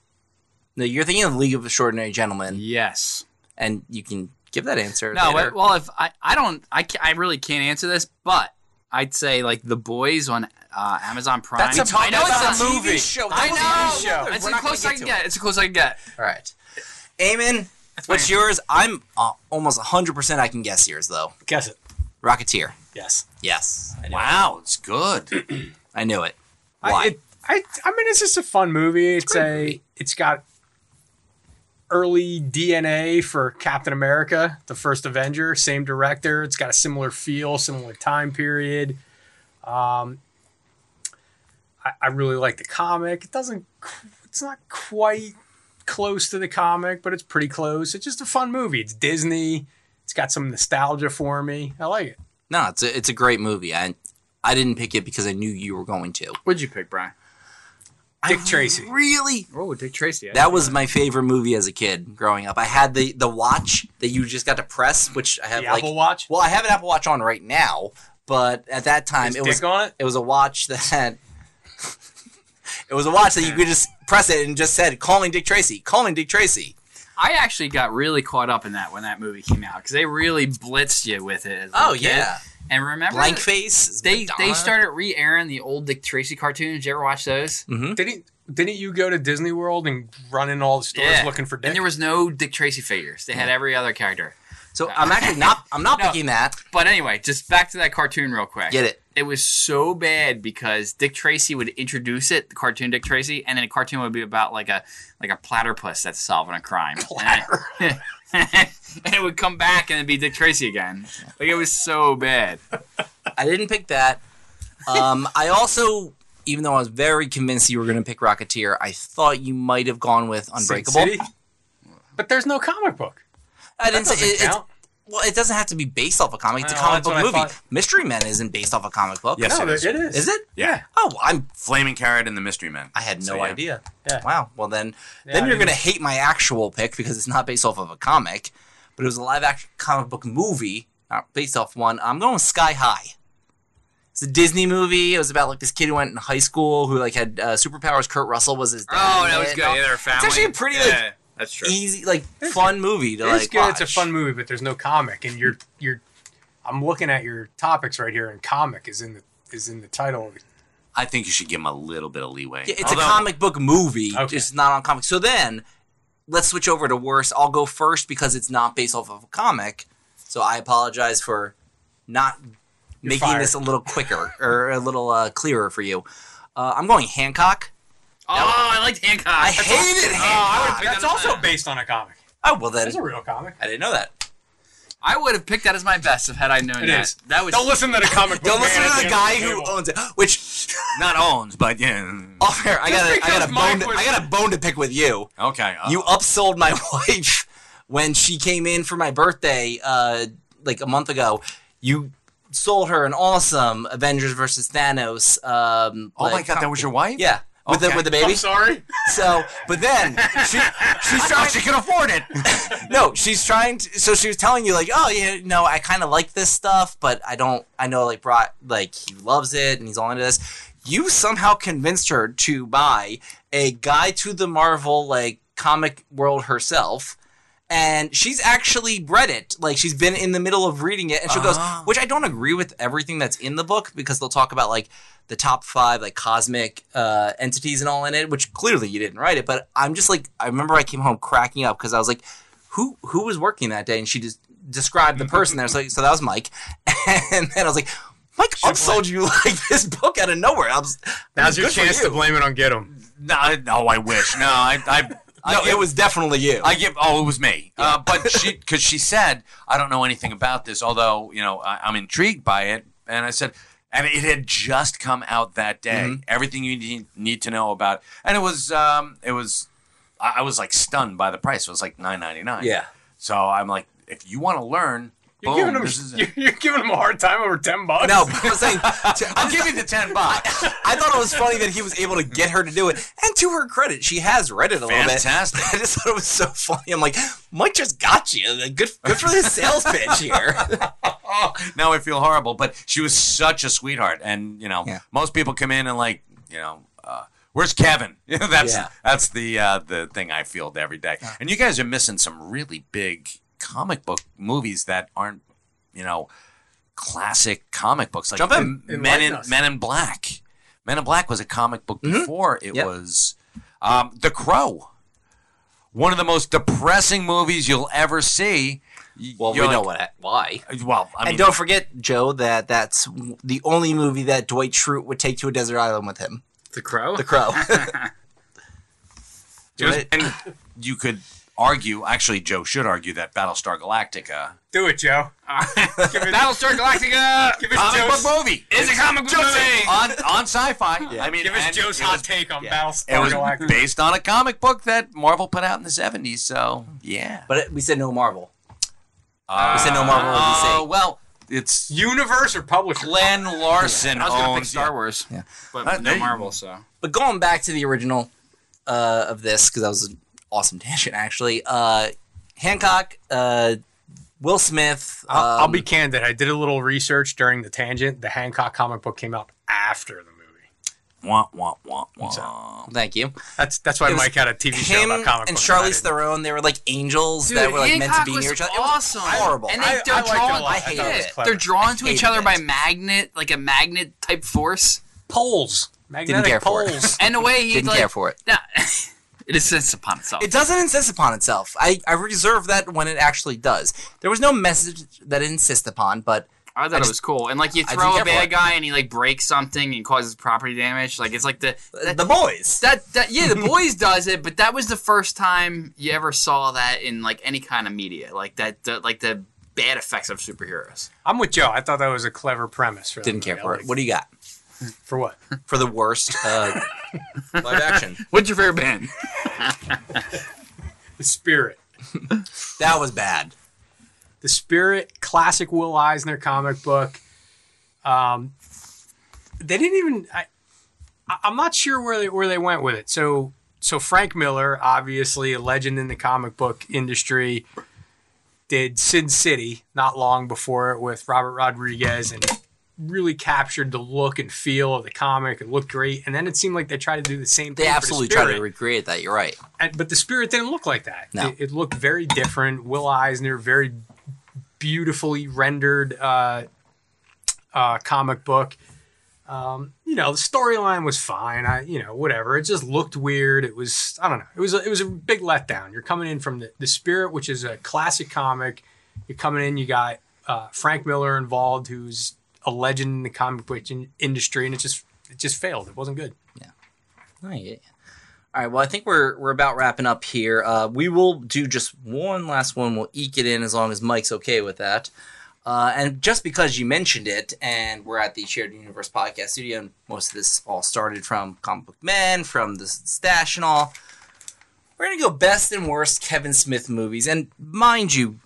Speaker 5: No, you're thinking of League of Extraordinary Gentlemen,
Speaker 3: Yes.
Speaker 5: and you can give that answer.
Speaker 3: No,
Speaker 5: later.
Speaker 3: but- well, if I, I don't, I, ca- I really can't answer this, but I'd say like the boys on uh, Amazon Prime.
Speaker 5: That's a-
Speaker 3: I know
Speaker 5: that's
Speaker 3: it's
Speaker 5: a
Speaker 3: a
Speaker 5: movie.
Speaker 3: TV
Speaker 5: show.
Speaker 3: I
Speaker 5: That's a TV
Speaker 3: know.
Speaker 5: show.
Speaker 3: It's
Speaker 5: We're
Speaker 3: as
Speaker 5: not gonna
Speaker 3: close as I
Speaker 5: get
Speaker 3: can
Speaker 5: to
Speaker 3: get. It's as close as I can get.
Speaker 5: All right. Eamon, what's
Speaker 3: fine.
Speaker 5: yours? I'm uh, almost 100% I can guess yours, though.
Speaker 4: Guess it.
Speaker 5: Rocketeer.
Speaker 4: Yes.
Speaker 5: Yes.
Speaker 2: wow, it's good.
Speaker 5: I knew it. Why?
Speaker 4: I, it, I, I mean, it's just a fun movie. It's, a, it's got early DNA for Captain America, the first Avenger, same director. It's got a similar feel, similar time period. Um, I, I really like the comic. It doesn't, qu- it's not quite close to the comic, but it's pretty close. It's just a fun movie. It's Disney. It's got some nostalgia for me. I like it.
Speaker 5: no, it's a, it's a great movie. I, I didn't pick it because I knew you were going to.
Speaker 3: What'd you pick, Brian?
Speaker 4: Dick Tracy.
Speaker 5: Really?
Speaker 3: Oh, Dick Tracy. I
Speaker 5: That was my favorite movie as a kid growing up. I had the the watch that you just got to press, which I have
Speaker 4: The
Speaker 5: like
Speaker 4: Apple Watch?
Speaker 5: Well, I have an Apple Watch on right now, but at that time
Speaker 4: His
Speaker 5: it
Speaker 4: dick
Speaker 5: was
Speaker 4: on it?
Speaker 5: it was a watch that it was a watch that you could just press it and just said calling Dick Tracy, calling Dick Tracy.
Speaker 3: I actually got really caught up in that when that movie came out because they really blitzed you with it. as a
Speaker 5: Oh,
Speaker 3: kid.
Speaker 5: yeah.
Speaker 3: and remember
Speaker 5: Blank face.
Speaker 3: They they started re-airing the old Dick Tracy cartoons. Did you ever watch those?
Speaker 4: Didn't didn't you go to Disney World and run in all the stores looking for Dick?
Speaker 3: And there was no Dick Tracy figures. They had every other character.
Speaker 5: So I'm actually not I'm not
Speaker 3: No.
Speaker 5: picking that.
Speaker 3: But anyway, just back to that cartoon real quick.
Speaker 5: Get it.
Speaker 3: It was so bad because Dick Tracy would introduce it, the cartoon Dick Tracy, and then a cartoon would be about like a like a platypus that's solving a crime. Platter. And, it would come back and it'd be Dick Tracy again. Like it was so bad.
Speaker 5: I didn't pick that. Um, I also, even though I was very convinced you were going to pick Rocketeer, I thought you might have gone with
Speaker 4: Sin
Speaker 5: Unbreakable.
Speaker 4: City? But there's no comic book.
Speaker 5: I didn't
Speaker 4: That doesn't
Speaker 5: say it, it's,
Speaker 4: count.
Speaker 5: well, it doesn't have to be based off a comic. It's a
Speaker 4: I know,
Speaker 5: comic
Speaker 4: that's what
Speaker 5: book
Speaker 4: I
Speaker 5: movie.
Speaker 4: thought.
Speaker 5: Mystery Men isn't based off a comic book.
Speaker 2: Yes,
Speaker 4: no,
Speaker 2: it is.
Speaker 4: it is.
Speaker 5: Is it?
Speaker 2: Yeah.
Speaker 5: Oh, I'm.
Speaker 2: Flaming Carrot and the Mystery Man.
Speaker 5: I had no
Speaker 2: So, yeah.
Speaker 5: idea.
Speaker 4: Yeah.
Speaker 5: Wow. Well, then,
Speaker 4: Yeah,
Speaker 5: then
Speaker 4: I
Speaker 5: you're
Speaker 4: didn't-
Speaker 5: going to hate my actual pick because it's not based off of a comic, but it was a live action comic book movie, not based off one. I'm going with Sky High. It's a Disney movie. It was about like this kid who went in high school who like had uh, superpowers. Kurt Russell Oh, was his. Dad
Speaker 2: Oh,
Speaker 5: in it and all-
Speaker 3: their family.
Speaker 5: actually a pretty, like,
Speaker 3: yeah, that's true.
Speaker 2: E-
Speaker 5: easy, like fun movie to
Speaker 4: It's
Speaker 5: like
Speaker 4: good.
Speaker 5: watch.
Speaker 4: It's a fun movie, but there's no comic, and you're you're. I'm looking at your topics right here, and comic is in the is in the title.
Speaker 2: I think you should give him a little bit of leeway.
Speaker 5: Yeah, it's
Speaker 2: Although-
Speaker 5: a comic book movie.
Speaker 4: Okay.
Speaker 5: It's not on comic. So then, let's switch over to worse. I'll go first because it's not based off of a comic. So I apologize for not making
Speaker 4: fired.
Speaker 5: this a little quicker or a little uh, clearer for you. Uh, I'm going Hancock.
Speaker 3: oh, I liked Hancock.
Speaker 5: I hated
Speaker 4: Oh,
Speaker 5: Hancock.
Speaker 3: would've picked
Speaker 4: That's
Speaker 3: that as
Speaker 4: also
Speaker 3: my-
Speaker 4: based on a comic.
Speaker 5: Oh well, then
Speaker 4: It's a real comic.
Speaker 5: I didn't know that.
Speaker 3: I would have picked that as my best if had I known
Speaker 4: It
Speaker 3: that.
Speaker 4: is.
Speaker 3: That was
Speaker 4: Don't listen to the comic. book
Speaker 5: Don't listen
Speaker 4: man at
Speaker 5: to the guy
Speaker 4: end of
Speaker 5: who
Speaker 4: table.
Speaker 5: owns it. Which,
Speaker 2: not owns, but yeah.
Speaker 5: all fair, I
Speaker 4: Just
Speaker 5: got a, I got
Speaker 4: because
Speaker 5: a
Speaker 4: Mike
Speaker 5: bone. To,
Speaker 4: was-
Speaker 5: I got a bone to pick with you.
Speaker 2: Okay. uh,
Speaker 5: you upsold my wife when she came in for my birthday uh, like a month ago. You sold her an awesome Avengers versus Thanos. Um,
Speaker 2: oh my
Speaker 5: like,
Speaker 2: god, that was your wife.
Speaker 5: yeah. With, the,
Speaker 2: Okay.
Speaker 5: with the baby,
Speaker 4: I'm sorry.
Speaker 5: so but then she she's trying.
Speaker 2: she could afford it.
Speaker 5: No, she's trying to. So she was telling you like, oh yeah, no, I kind of like this stuff, but I don't. I know like brought like he loves it and he's all into this. You somehow convinced her to buy a guide to the Marvel like comic world herself. And she's actually read it. Like she's been in the middle of reading it, and she goes,
Speaker 2: Ah.
Speaker 5: which I don't agree with everything that's in the book because they'll talk about like the top five like cosmic uh, entities and all in it, which clearly you didn't write it. But I'm just like, I remember I came home cracking up because I was like, who who was working that day? And she just described the person there. So so that was Mike, and then I was like. Mike upsold you like this book out of nowhere. I was,
Speaker 4: Now's your
Speaker 5: good for
Speaker 4: chance
Speaker 5: you.
Speaker 4: to blame it on Get 'em.
Speaker 2: No, I- no, I wish. No, I, I
Speaker 5: No, it was definitely you.
Speaker 2: I give. Oh, it was me. Uh, but she, because she said, I don't know anything about this. Although you know, I, I'm intrigued by it. And I said, and it had just come out that day. Everything you need, need to know about. And it was, um, it was. I, I was like stunned by the price. It was like nine ninety nine.
Speaker 5: Yeah.
Speaker 2: So I'm like, if you want to learn,
Speaker 4: You're
Speaker 2: boom,
Speaker 4: giving him
Speaker 2: this is it.
Speaker 4: you're, you're giving him a hard time over ten bucks.
Speaker 5: no, but I was saying,
Speaker 2: I'll give you the ten bucks.
Speaker 5: I thought it was funny that he was able to get her to do it. And to her credit, she has read it a
Speaker 2: Fantastic.
Speaker 5: little bit. I just thought it was so funny. I'm like, Mike just got you. Like, Good, good for this sales pitch here.
Speaker 2: now I feel horrible. But she was such a sweetheart, and you know,
Speaker 5: Yeah.
Speaker 2: most people come in and like, you know, uh, where's Kevin? You know, that's
Speaker 5: Yeah.
Speaker 2: that's the uh, the thing I feel every day. And you guys are missing some really big comic book movies that aren't, you know, classic comic books like
Speaker 5: Jump in.
Speaker 2: the Men
Speaker 4: Enlighten
Speaker 2: in
Speaker 4: us.
Speaker 2: Men in Black. Men in Black was a comic book before it
Speaker 5: Mm-hmm. Yep.
Speaker 2: was um, The Crow. One of the most depressing movies you'll ever see.
Speaker 5: Well,
Speaker 2: You're
Speaker 5: we know
Speaker 2: like,
Speaker 5: what, why.
Speaker 2: Well, I mean,
Speaker 5: and don't forget, Joe, that that's the only movie that Dwight Schrute would take to a desert island with him.
Speaker 3: The Crow.
Speaker 5: The Crow.
Speaker 2: Just- and you could argue, actually, Joe should argue that Battlestar Galactica
Speaker 4: do it, Joe.
Speaker 3: Battlestar Galactica.
Speaker 4: Give us
Speaker 2: comic
Speaker 4: Joe's,
Speaker 2: book movie
Speaker 3: Uh, is a comic book movie.
Speaker 2: on on sci-fi. I mean,
Speaker 4: give us
Speaker 2: and
Speaker 4: Joe's
Speaker 2: it
Speaker 4: hot
Speaker 2: was-
Speaker 4: take on
Speaker 5: yeah.
Speaker 2: It
Speaker 4: Battlestar
Speaker 2: was
Speaker 4: Galactica.
Speaker 2: based on a comic book that Marvel put out in the '70s. So yeah,
Speaker 5: but we said no Marvel.
Speaker 2: Uh, Oh.
Speaker 5: we said no Marvel or DC.
Speaker 2: well, it's
Speaker 4: Universe or publisher?
Speaker 2: Glenn Larson
Speaker 3: I was gonna pick
Speaker 2: owns.
Speaker 3: Star Wars,
Speaker 5: Yeah.
Speaker 3: but
Speaker 2: Oh, Uh,
Speaker 3: no
Speaker 2: hey.
Speaker 3: Marvel. So
Speaker 5: But going back to the original uh, of this, because that was an awesome tangent, actually. Uh, Hancock, uh, Will Smith.
Speaker 4: I'll, I'll
Speaker 5: um,
Speaker 4: be candid. I did a little research during the tangent. The Hancock comic book came out after the movie.
Speaker 2: Wah, wah, wah, wah.
Speaker 5: Thank you.
Speaker 4: That's that's why
Speaker 5: It was
Speaker 4: Mike had a TV show
Speaker 5: Him
Speaker 4: about comic
Speaker 5: and
Speaker 4: books.
Speaker 5: Charlize
Speaker 4: I didn't.
Speaker 5: Theron, they were like angels that
Speaker 3: Dude,
Speaker 5: were like meant to
Speaker 3: Hancock
Speaker 5: be near
Speaker 3: was
Speaker 5: each other.
Speaker 3: awesome.
Speaker 5: It was horrible.
Speaker 3: And
Speaker 4: I-
Speaker 3: they,
Speaker 4: I
Speaker 3: they're
Speaker 4: liked it a lot.
Speaker 3: drawn.
Speaker 4: I
Speaker 3: I
Speaker 4: thought
Speaker 3: hate
Speaker 4: it was
Speaker 3: it.
Speaker 4: clever.
Speaker 3: They're drawn to
Speaker 5: I
Speaker 3: each
Speaker 5: hated
Speaker 3: other by
Speaker 5: that.
Speaker 3: magnet, like a magnet type force.
Speaker 4: poles, magnetic
Speaker 5: care for it.
Speaker 4: poles.
Speaker 3: And the way he
Speaker 5: Didn't
Speaker 3: like,
Speaker 5: care for it.
Speaker 3: Nah, it is sense upon itself.
Speaker 5: It doesn't insist upon itself. I, I reserve that when it actually does. There was no message that it insists upon, but
Speaker 3: I thought it was cool. And like you
Speaker 5: I
Speaker 3: throw
Speaker 5: didn't
Speaker 3: a
Speaker 5: care for
Speaker 3: bad
Speaker 5: it.
Speaker 3: guy and he like breaks something and causes property damage. Like it's like the that,
Speaker 5: the boys.
Speaker 3: that, that yeah, the boys does it, but that was the first time you ever saw that in like any kind of media. Like that the, like the bad effects of superheroes.
Speaker 4: I'm with Joe. I thought that was a clever premise. For the
Speaker 5: Didn't care
Speaker 4: movie. I
Speaker 5: for it.
Speaker 4: liked
Speaker 5: What do you got
Speaker 4: for what?
Speaker 5: for the worst uh, live action?
Speaker 3: What's your favorite band?
Speaker 4: The spirit.
Speaker 5: That was bad.
Speaker 4: The Spirit, classic Will Eisner comic book. Um, they didn't even. I, I- I'm not sure where they where they went with it. So so Frank Miller, obviously a legend in the comic book industry, did Sin City not long before it with Robert Rodriguez and really captured the look and feel of the comic. It looked great, and then it seemed like they tried to do the same.
Speaker 5: They
Speaker 4: thing for The
Speaker 5: absolutely try
Speaker 4: Spirit.
Speaker 5: to recreate that. You're right.
Speaker 4: And, but the spirit didn't look like that.
Speaker 5: No.
Speaker 4: It, it looked very different. Will Eisner, very beautifully rendered uh, uh, comic book. Um, you know, the storyline was fine. I, you know, whatever. It just looked weird. It was, I don't know. It was, a, it was a big letdown. You're coming in from the, the spirit, which is a classic comic. You're coming in. You got uh, Frank Miller involved, who's a legend in the comic book in- industry, and it just, it just failed. It wasn't good.
Speaker 5: Oh, yeah. All right. Well, I think we're we're about wrapping up here. Uh, we will do just one last one. We'll eke it in as long as Mike's okay with that. Uh, and just because you mentioned it, and we're at the Shared Universe Podcast Studio, and most of this all started from Comic Book Men, from the stash and all. We're gonna go best and worst Kevin Smith movies, and mind you,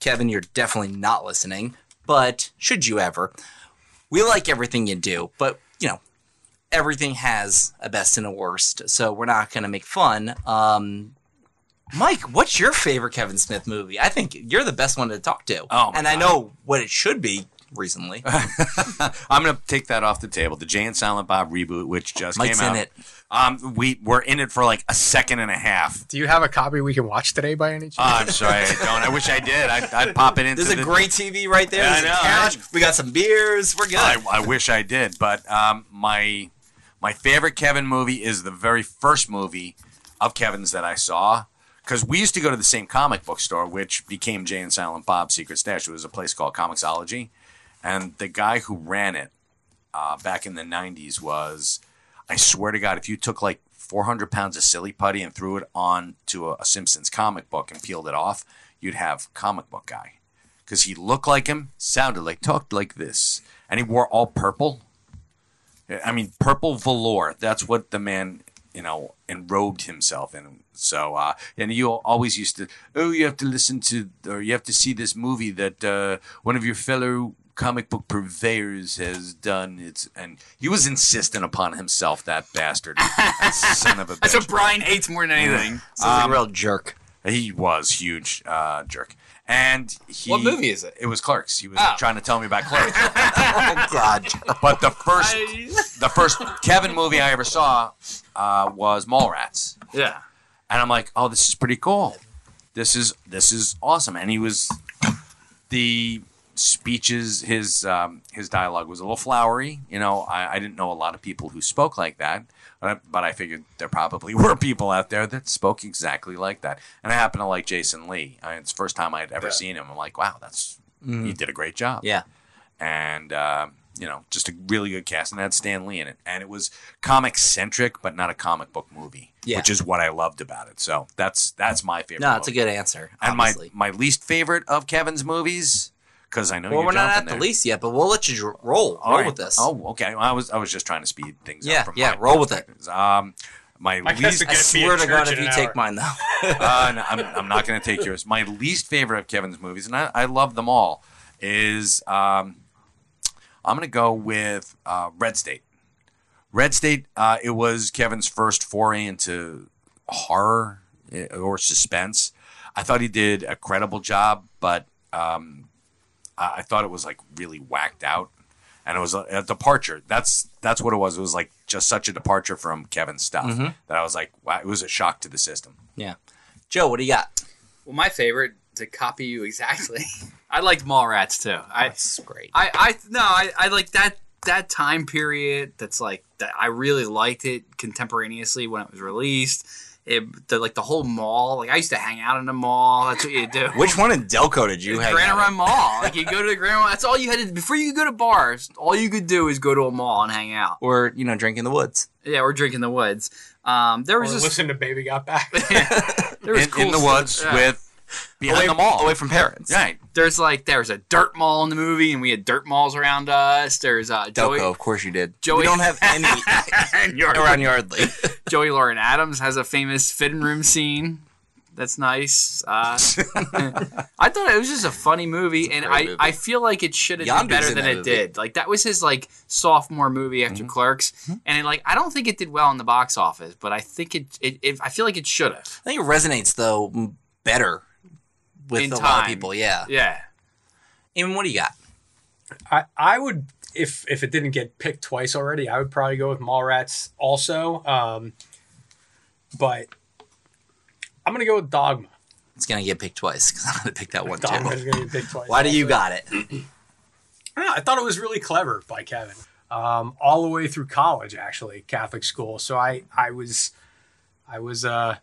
Speaker 5: Kevin, you're definitely not listening. But should you ever, we like everything you do, but you know everything has a best and a worst, so we're not going to make fun. Um, Mike, what's your favorite Kevin Smith movie? I think you're the best one to talk to.
Speaker 2: Oh, my
Speaker 5: and I
Speaker 2: God.
Speaker 5: know what it should be recently.
Speaker 2: I'm gonna take that off the table. The Jay and Silent Bob reboot, which just
Speaker 5: Mike's
Speaker 2: came
Speaker 5: in
Speaker 2: out.
Speaker 5: it.
Speaker 2: Um, we were in it for like a second and a half.
Speaker 4: Do you have a copy we can watch today by any chance?
Speaker 2: Oh, I'm sorry, I don't. I wish I did. I, I'd pop it into.
Speaker 5: There's a
Speaker 2: the-
Speaker 5: great TV right there.
Speaker 2: Yeah, I
Speaker 5: There's a
Speaker 2: know,
Speaker 5: couch. We got some beers. We're good.
Speaker 2: I, I wish I did, but um, my my favorite Kevin movie is the very first movie of Kevin's that I saw because we used to go to the same comic book store, which became Jay and Silent Bob Secret Stash. It was a place called Comixology, and the guy who ran it uh, back in the '90s was, I swear to God, if you took like 400 pounds of silly putty and threw it on to a, a Simpsons comic book and peeled it off, you'd have comic book guy because he looked like him, sounded like, talked like this, and he wore all purple. I mean, purple velour. That's what the man, you know, enrobed himself in. So, uh, and you always used to, oh, you have to listen to, or you have to see this movie that uh, one of your fellow comic book purveyors has done. It's and he was insistent upon himself. That bastard, that son of a bitch.
Speaker 3: That's what Brian hates more than anything.
Speaker 5: Sounds like a real jerk.
Speaker 2: He was huge uh, jerk. And he,
Speaker 3: What movie is it?
Speaker 2: It was Clerks. He was
Speaker 3: Oh.
Speaker 2: trying to tell me about Clerks.
Speaker 5: Oh, God.
Speaker 2: but the first, the first Kevin movie I ever saw uh, was Mallrats,
Speaker 3: yeah.
Speaker 2: and I'm like, oh, this is pretty cool. This is this is awesome. And he was the speeches. His um, his dialogue was a little flowery. You know, I, I didn't know a lot of people who spoke like that, but I, but I figured there probably were people out there that spoke exactly like that. And I happen to like Jason Lee. I mean, it's the first time I'd ever seen him. I'm like, wow, that's you did a great job
Speaker 5: Yeah.
Speaker 2: and uh, you know, just a really good cast, and had Stan Lee in it, and it was comic centric, but not a comic book movie,
Speaker 5: Yeah.
Speaker 2: which is what I loved about it. So that's that's my favorite.
Speaker 5: No, it's a
Speaker 2: movie.
Speaker 5: good answer.
Speaker 2: and my
Speaker 5: obviously.
Speaker 2: my least favorite of Kevin's movies because I know
Speaker 5: well,
Speaker 2: you're
Speaker 5: we're not
Speaker 2: jumping
Speaker 5: at
Speaker 2: there.
Speaker 5: the least yet, but we'll let you dr- roll.
Speaker 2: All
Speaker 5: roll
Speaker 2: right.
Speaker 5: with this.
Speaker 2: Oh, okay. I was I was just trying to speed things
Speaker 5: Yeah,
Speaker 2: up. From
Speaker 5: yeah,
Speaker 2: my
Speaker 5: roll with it.
Speaker 2: perspectives. Um, my
Speaker 4: I guess
Speaker 2: least
Speaker 4: it Gonna
Speaker 5: I
Speaker 4: be a
Speaker 5: swear to
Speaker 4: church
Speaker 5: God,
Speaker 4: in
Speaker 5: if you
Speaker 4: an
Speaker 5: take
Speaker 4: hour.
Speaker 5: mine, though.
Speaker 2: uh, no, I'm, I'm not going to take yours. My least favorite of Kevin's movies, and I, I love them all, is um, I'm going to go with uh, Red State. Red State. Uh, it was Kevin's first foray into horror eh, or suspense. I thought he did a credible job, but um, I I thought it was like really whacked out, and it was a, a departure. That's that's what it was. It was like just such a departure from Kevin's stuff that I was like, wow, it was a shock to the system.
Speaker 5: Yeah. Joe, what do you got?
Speaker 3: Well, my favorite to copy you exactly. I liked Mallrats too. I
Speaker 5: That's great.
Speaker 3: I, I no, I, I like that that time period. That's like that. I really liked it contemporaneously when it was released. It, the, like the whole mall. Like I used to hang out in the mall. That's what you do.
Speaker 5: Which one in Delco did you
Speaker 3: The
Speaker 5: hang
Speaker 3: Grand
Speaker 5: out at?
Speaker 3: Run Mall. Like you go to the Grand Run. That's all you had to before you could go to bars. All you could do is go to a mall and hang out.
Speaker 5: Or, you know, drinking the woods.
Speaker 3: Yeah, or drink in the woods. Um, there
Speaker 4: Or
Speaker 3: was just
Speaker 4: listen to Baby Got Back.
Speaker 3: there was
Speaker 2: in,
Speaker 3: cool
Speaker 2: in the
Speaker 3: stuff.
Speaker 2: woods
Speaker 3: Yeah.
Speaker 2: with behind
Speaker 5: away,
Speaker 2: the mall.
Speaker 5: Away from parents.
Speaker 2: Right.
Speaker 3: there's like there was a dirt mall in the movie, and we had dirt malls around us. There's uh,
Speaker 5: Delco,
Speaker 3: Joey,
Speaker 5: of course you did.
Speaker 3: Joey-
Speaker 5: We don't have any
Speaker 3: and your-
Speaker 5: around Yardley.
Speaker 3: Joey Lauren Adams has a famous fitting room scene. That's nice. Uh, I thought it was just a funny movie, and I,
Speaker 5: great movie.
Speaker 3: I feel like it should have done
Speaker 5: Yondu's
Speaker 3: better
Speaker 5: in
Speaker 3: than
Speaker 5: that
Speaker 3: it
Speaker 5: movie. Mm-hmm.
Speaker 3: did. Like that was his like sophomore movie after Clerks, and it, like I don't think it did well in the box office, but I think it it, it I feel like it should have.
Speaker 5: I think it resonates though m- better with
Speaker 3: In
Speaker 5: a lot
Speaker 3: time.
Speaker 5: of people. Yeah.
Speaker 3: Yeah,
Speaker 5: And what do you got?
Speaker 4: I, I would if if it didn't get picked twice already, I would probably go with Mallrats also. Um, but I'm gonna go with Dogma.
Speaker 5: It's gonna get picked twice because I'm gonna pick that one
Speaker 4: Dogma is
Speaker 5: too.
Speaker 4: gonna get picked twice.
Speaker 5: Why do you
Speaker 4: also.
Speaker 5: got it?
Speaker 4: I, don't know, I thought it was really clever by Kevin. Um, all the way through college, actually, Catholic school. So I I was I was uh,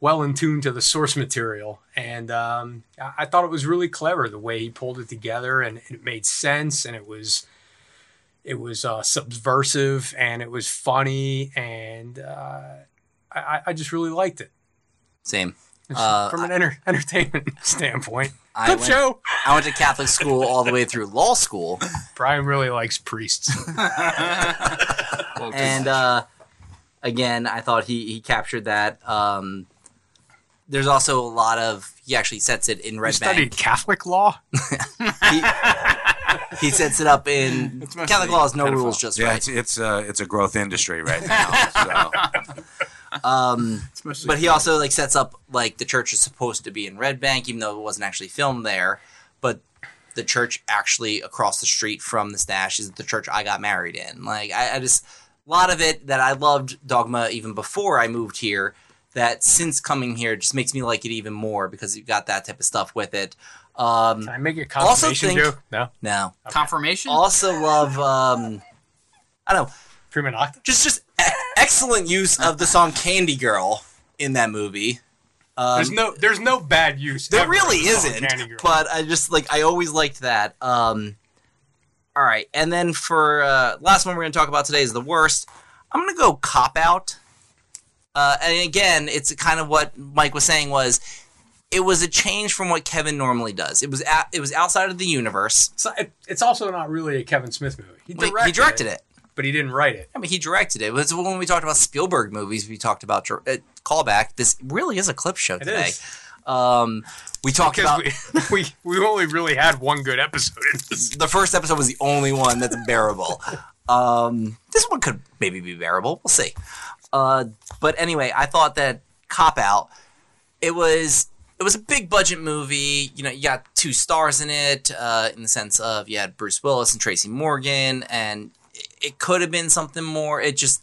Speaker 4: well in tune to the source material, and um, I, I thought it was really clever the way he pulled it together, and it made sense, and it was it was uh, subversive, and it was funny, and uh, I- I, I just really liked it
Speaker 5: Same. Uh,
Speaker 4: from an enter- entertainment standpoint.
Speaker 5: I
Speaker 4: Good
Speaker 5: went,
Speaker 4: show.
Speaker 5: I went to Catholic school all the way through law school,
Speaker 4: Brian really likes priests.
Speaker 3: well, good.
Speaker 5: and uh, again, I thought he he captured that. Um, there's also a lot of he actually sets it in
Speaker 4: You
Speaker 5: Red
Speaker 4: studied
Speaker 5: Bank.
Speaker 4: Catholic law.
Speaker 5: He, he sets it up in Catholic law is no rules, just
Speaker 2: Yeah,
Speaker 5: right.
Speaker 2: it's it's a it's a growth industry right now. So
Speaker 5: Um,
Speaker 3: It's mostly-
Speaker 5: but he also like sets up like the church is supposed to be in Red Bank, even though it wasn't actually filmed there. But the church actually across the street from the stash is the church I got married in. Like I, I just a lot of it that I loved Dogma even before I moved here. That since coming here just makes me like it even more because you've got that type of stuff with it. Um,
Speaker 4: Can I make a
Speaker 5: Also
Speaker 4: confirmation
Speaker 5: think-
Speaker 4: joke? No.
Speaker 5: now,
Speaker 3: confirmation.
Speaker 5: also love um, I don't know
Speaker 4: Freeman Octa?
Speaker 5: just just e- excellent use of the song Candy Girl in that movie. Um,
Speaker 4: There's no there's no bad use.
Speaker 5: There
Speaker 4: ever
Speaker 5: really
Speaker 4: for Solid
Speaker 5: isn't.
Speaker 4: Candy Girl.
Speaker 5: But I just like I always liked that. Um all right. And then for uh last one we're gonna talk about today is the worst. I'm gonna go cop out. Uh and again, it's kind of what Mike was saying was it was a change from what Kevin normally does. It was a it was outside of the universe.
Speaker 4: it's, not- it- it's also not really a Kevin Smith movie. He
Speaker 5: Like,
Speaker 4: directed,
Speaker 5: he directed it.
Speaker 4: but he didn't write it.
Speaker 5: I mean, he directed it. It was when we talked about Spielberg movies. We talked about dir- uh, callback. This really is a clip show today.
Speaker 4: is.
Speaker 5: Um, we talked about
Speaker 4: Because we, we we only really had one good episode. in this.
Speaker 5: the first episode was the only one that's bearable. um, this one could maybe be bearable. We'll see. Uh, but anyway, I thought that cop out. It was it was a big budget movie. You know, you got two stars in it, uh, in the sense of you had Bruce Willis and Tracy Morgan, and it, it could have been something more. It just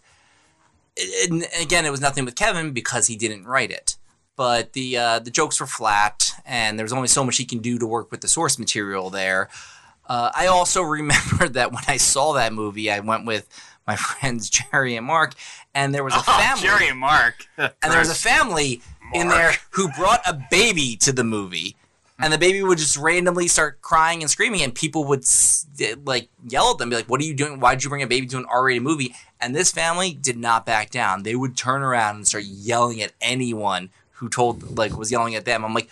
Speaker 5: it, it- again, it was nothing with Kevin because he didn't write it. But the uh, the jokes were flat, and there was only so much he can do to work with the source material there. Uh, I also remember that when I saw that movie, I went with my friends Jerry and Mark, and there was a
Speaker 3: oh,
Speaker 5: family,
Speaker 3: Jerry and Mark.
Speaker 5: and there was a family in there who brought a baby to the movie, and the baby would just randomly start crying and screaming, and people would s- like yell at them, be like, "What are you doing? Why'd you bring a baby to an R-rated movie?" And this family did not back down. They would turn around and start yelling at anyone who told like was yelling at them. I'm like.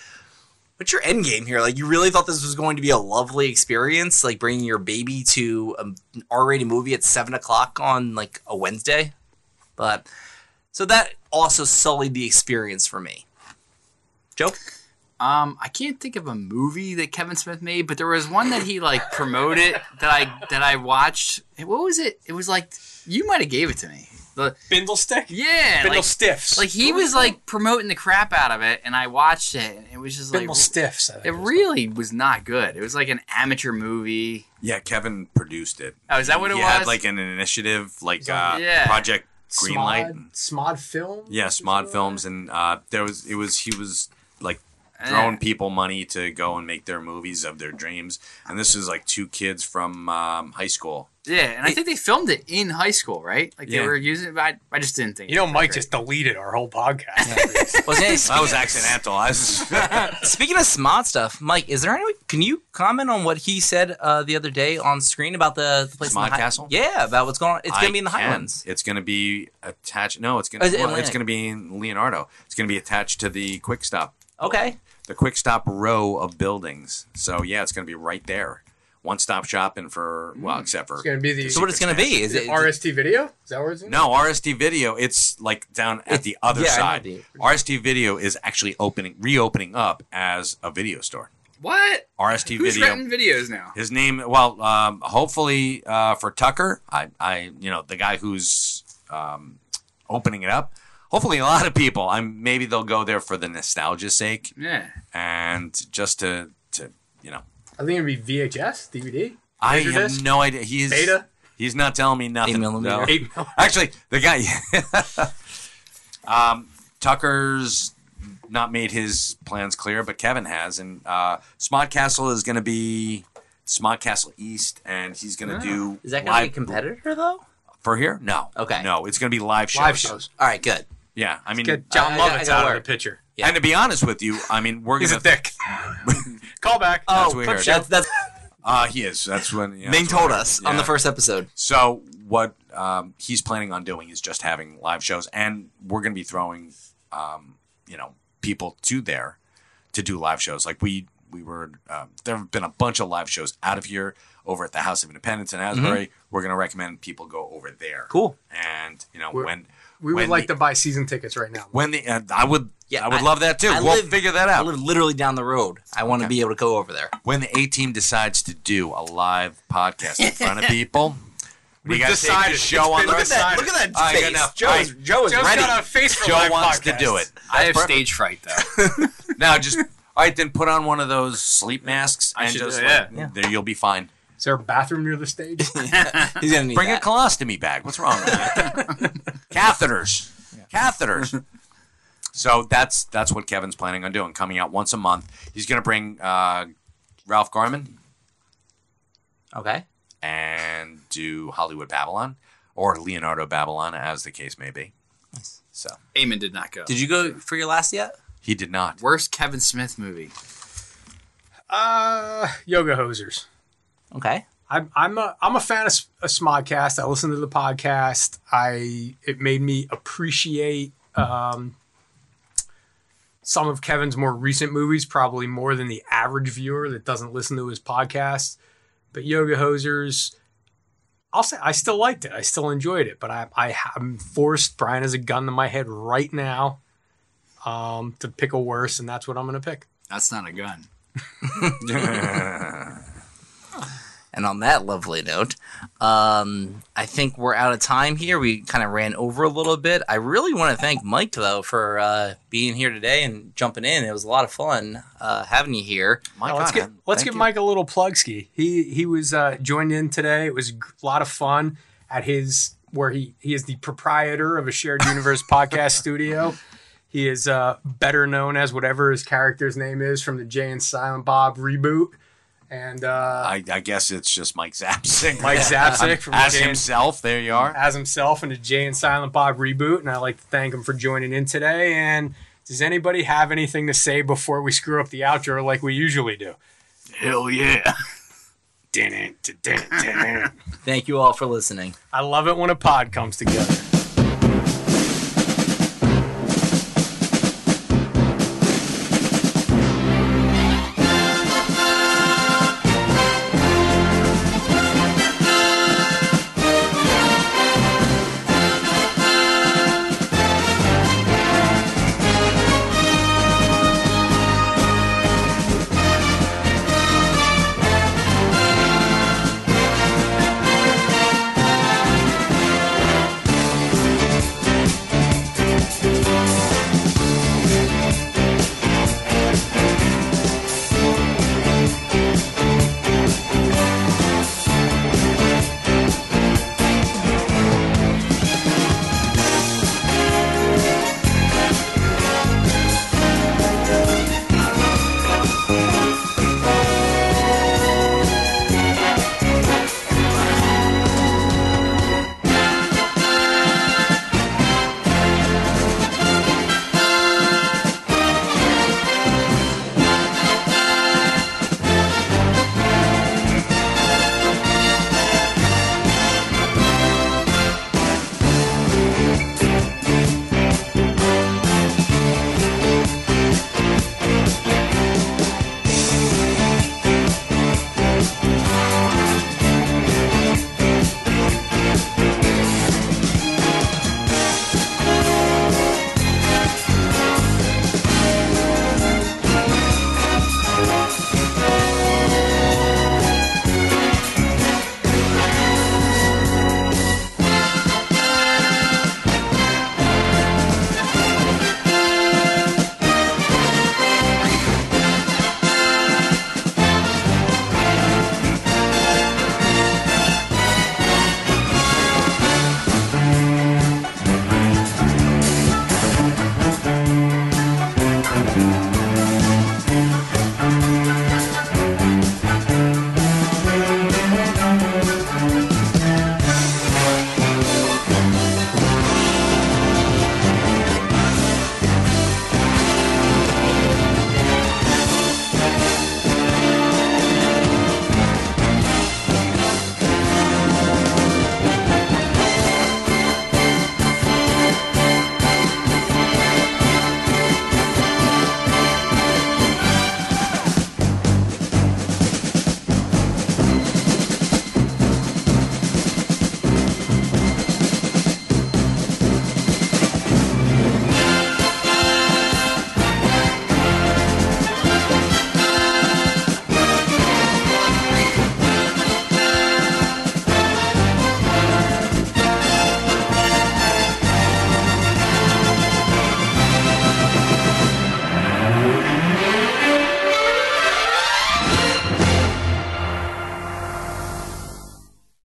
Speaker 5: What's your end game here? Like, you really thought this was going to be a lovely experience, like bringing your baby to um, an R-rated movie at seven o'clock on like a Wednesday, but so that also sullied the experience for me. Joe,
Speaker 3: Um, I can't think of a movie that Kevin Smith made, but there was one that he like promoted that I that I watched. What was it? It was like you might have gave it to me. The,
Speaker 4: Bindle stick?
Speaker 3: yeah,
Speaker 4: Bindle
Speaker 3: like,
Speaker 4: stiffs.
Speaker 3: like he was like promoting the crap out of it, and I watched it, and it was just like
Speaker 4: Bindle stiffs. I think
Speaker 3: it
Speaker 4: it was.
Speaker 3: really was not good. It was like an amateur movie.
Speaker 2: Yeah, Kevin produced it.
Speaker 3: Oh, is that what it
Speaker 2: he
Speaker 3: was?
Speaker 2: had like an initiative, like uh,
Speaker 3: Yeah.
Speaker 2: Project Greenlight.
Speaker 4: Smod, Smod Films.
Speaker 2: Yeah, Smod Films, and uh, there was it was he was like
Speaker 3: Eh.
Speaker 2: throwing people money to go and make their movies of their dreams, and this is like two kids from um, high school.
Speaker 3: yeah, and I think they filmed it in high school, right? Like
Speaker 2: Yeah.
Speaker 3: they were using. it, but I, I just didn't think.
Speaker 4: You
Speaker 3: it
Speaker 4: know,
Speaker 3: was that
Speaker 4: Mike
Speaker 3: great.
Speaker 4: just deleted our whole podcast.
Speaker 5: Wasn't it-
Speaker 2: That was accidental. I was
Speaker 5: Speaking of smod stuff, Mike, is there any? Can you comment on what he said uh, the other day on screen about the, the place in the
Speaker 2: Smod
Speaker 5: Hi-
Speaker 2: Castle?
Speaker 5: Yeah, about what's going on. It's
Speaker 2: I
Speaker 5: gonna be in the
Speaker 2: can.
Speaker 5: Highlands.
Speaker 2: It's gonna be attached. No, it's
Speaker 5: Oh,
Speaker 2: gonna
Speaker 5: is it
Speaker 2: well, it's
Speaker 5: Atlantic?
Speaker 2: gonna be in Leonardo. It's gonna be attached to the Quick Stop.
Speaker 5: Okay.
Speaker 2: The Quick Stop row of buildings. So yeah, it's gonna be right there. One stop shopping for well,
Speaker 5: Hmm.
Speaker 2: except for
Speaker 4: it's going to be the
Speaker 5: So what it's gonna be? Is
Speaker 4: is it
Speaker 5: it?
Speaker 4: RST video? Is that where it's
Speaker 2: No, RST Video. It's like down at the other
Speaker 5: yeah, I know
Speaker 2: side.
Speaker 5: the-
Speaker 2: RST Video is actually opening, reopening up as a video store.
Speaker 3: what?
Speaker 2: RST
Speaker 3: Who's
Speaker 2: Video.
Speaker 3: renting videos now?
Speaker 2: His name. Well, um, hopefully uh, for Tucker, I, I, you know, the guy who's um, opening it up. Hopefully, a lot of people. I'm maybe they'll go there for the nostalgia's sake
Speaker 3: Yeah.
Speaker 2: and just to, to you know.
Speaker 4: I think it'd be VHS, DVD,
Speaker 2: I
Speaker 4: Laser
Speaker 2: have
Speaker 4: disc?
Speaker 2: no idea. He's
Speaker 4: Beta?
Speaker 2: He's not telling me nothing.
Speaker 5: Eight millimeter.
Speaker 2: no.
Speaker 4: eight mil.
Speaker 2: Actually, the guy, um, Tucker's not made his plans clear, but Kevin has, and uh, Smod Castle is going to be Smod Castle East, and he's going to do
Speaker 5: Is that gonna be a competitor though?
Speaker 2: for here? No,
Speaker 5: Okay.
Speaker 2: no, it's going to be live shows.
Speaker 4: Live shows.
Speaker 5: All right, good.
Speaker 2: Yeah, I mean,
Speaker 4: Get
Speaker 5: I-
Speaker 4: John
Speaker 5: I- I
Speaker 4: Lovitz
Speaker 5: gotta
Speaker 4: out of the
Speaker 5: work.
Speaker 4: picture.
Speaker 5: Yeah.
Speaker 2: and to be honest with you, I mean, we're
Speaker 4: He's
Speaker 2: going
Speaker 4: a dick. Callback.
Speaker 2: That's
Speaker 5: oh,
Speaker 2: weird.
Speaker 5: That's, that's
Speaker 2: Uh, he is. That's when yeah,
Speaker 5: Ming
Speaker 2: that's when-
Speaker 5: told us on
Speaker 2: yeah.
Speaker 5: the first episode.
Speaker 2: So what um, he's planning on doing is just having live shows, and we're going to be throwing, um, you know, people to there to do live shows. Like we we were um, there have been a bunch of live shows out of here over at the House of Independence in Asbury. We're going to recommend people go over there.
Speaker 5: Cool.
Speaker 2: And you know
Speaker 4: We're-
Speaker 2: when
Speaker 4: We would
Speaker 2: when
Speaker 4: like
Speaker 2: the,
Speaker 4: to buy season tickets right now.
Speaker 2: when the uh, I would
Speaker 5: Yeah,
Speaker 2: I would
Speaker 5: I-
Speaker 2: love that too.
Speaker 5: I
Speaker 2: we'll
Speaker 5: live-
Speaker 2: figure that
Speaker 5: I
Speaker 2: out
Speaker 5: live literally down the road. I want to be able to go over there.
Speaker 2: when the A team decides to do a live podcast in front of people. We
Speaker 4: We've
Speaker 2: got to take
Speaker 4: decided.
Speaker 2: the
Speaker 4: It's
Speaker 2: show on
Speaker 4: been
Speaker 2: the
Speaker 4: decided. Look
Speaker 5: at that
Speaker 2: All right, good enough. All right.
Speaker 5: Joe
Speaker 4: Joe's
Speaker 2: ready.
Speaker 4: got a face for
Speaker 2: Joe
Speaker 4: live
Speaker 2: wants
Speaker 4: podcasts.
Speaker 2: to do it.
Speaker 3: I have
Speaker 2: That's perfect.
Speaker 3: stage fright though.
Speaker 2: Now just all right, then put on one of those sleep masks
Speaker 3: I
Speaker 2: and
Speaker 3: should
Speaker 2: just
Speaker 3: do that.
Speaker 2: like, there you'll be fine.
Speaker 4: Is there a bathroom near the stage?
Speaker 5: He's gonna need
Speaker 2: Bring
Speaker 5: that.
Speaker 2: a colostomy bag. What's wrong with that? Catheters. Catheters. so that's that's what Kevin's planning on doing, coming out once a month. He's gonna bring uh, Ralph Garman
Speaker 5: okay.
Speaker 2: and do Hollywood Babylon or Leonardo Babylon as the case may be. So
Speaker 3: Eamon did not go.
Speaker 5: Did you go for your last yet?
Speaker 2: he did not.
Speaker 3: Worst Kevin Smith movie.
Speaker 4: uh, yoga hosers.
Speaker 5: Okay.
Speaker 4: I'm I'm a I'm a fan of, S- of Smodcast. I listen to the podcast. I it made me appreciate um, some of Kevin's more recent movies, probably more than the average viewer that doesn't listen to his podcast. But Yoga Hosers, I'll say I still liked it. I still enjoyed it. But I I am forced. Brian has a gun to my head right now um, to pick a worse, and that's what I'm going to pick.
Speaker 3: That's not a gun.
Speaker 5: And on that lovely note, um, I think we're out of time here. We kind of ran over a little bit. I really want to thank Mike though for uh, being here today and jumping in. It was a lot of fun uh, having you here.
Speaker 2: My
Speaker 4: Now, Oh, let's
Speaker 2: God,
Speaker 4: get
Speaker 2: man.
Speaker 4: let's
Speaker 2: Thank
Speaker 4: give
Speaker 2: you.
Speaker 4: Mike a little plug ski. He he was uh, joined in today. It was a lot of fun at his where he he is the proprietor of a shared universe podcast studio. He is uh, better known as whatever his character's name is from the Jay and Silent Bob reboot, and uh,
Speaker 2: I, I guess it's just Mike Zapsik.
Speaker 4: Mike Zapsik from
Speaker 2: as
Speaker 4: Jay and-
Speaker 2: himself. There you are.
Speaker 4: as himself in the Jay and Silent Bob reboot. And I'd like to thank him for joining in today. And does anybody have anything to say before we screw up the outro like we usually do?
Speaker 3: Hell yeah.
Speaker 5: Thank you all for listening.
Speaker 4: I love it when a pod comes together.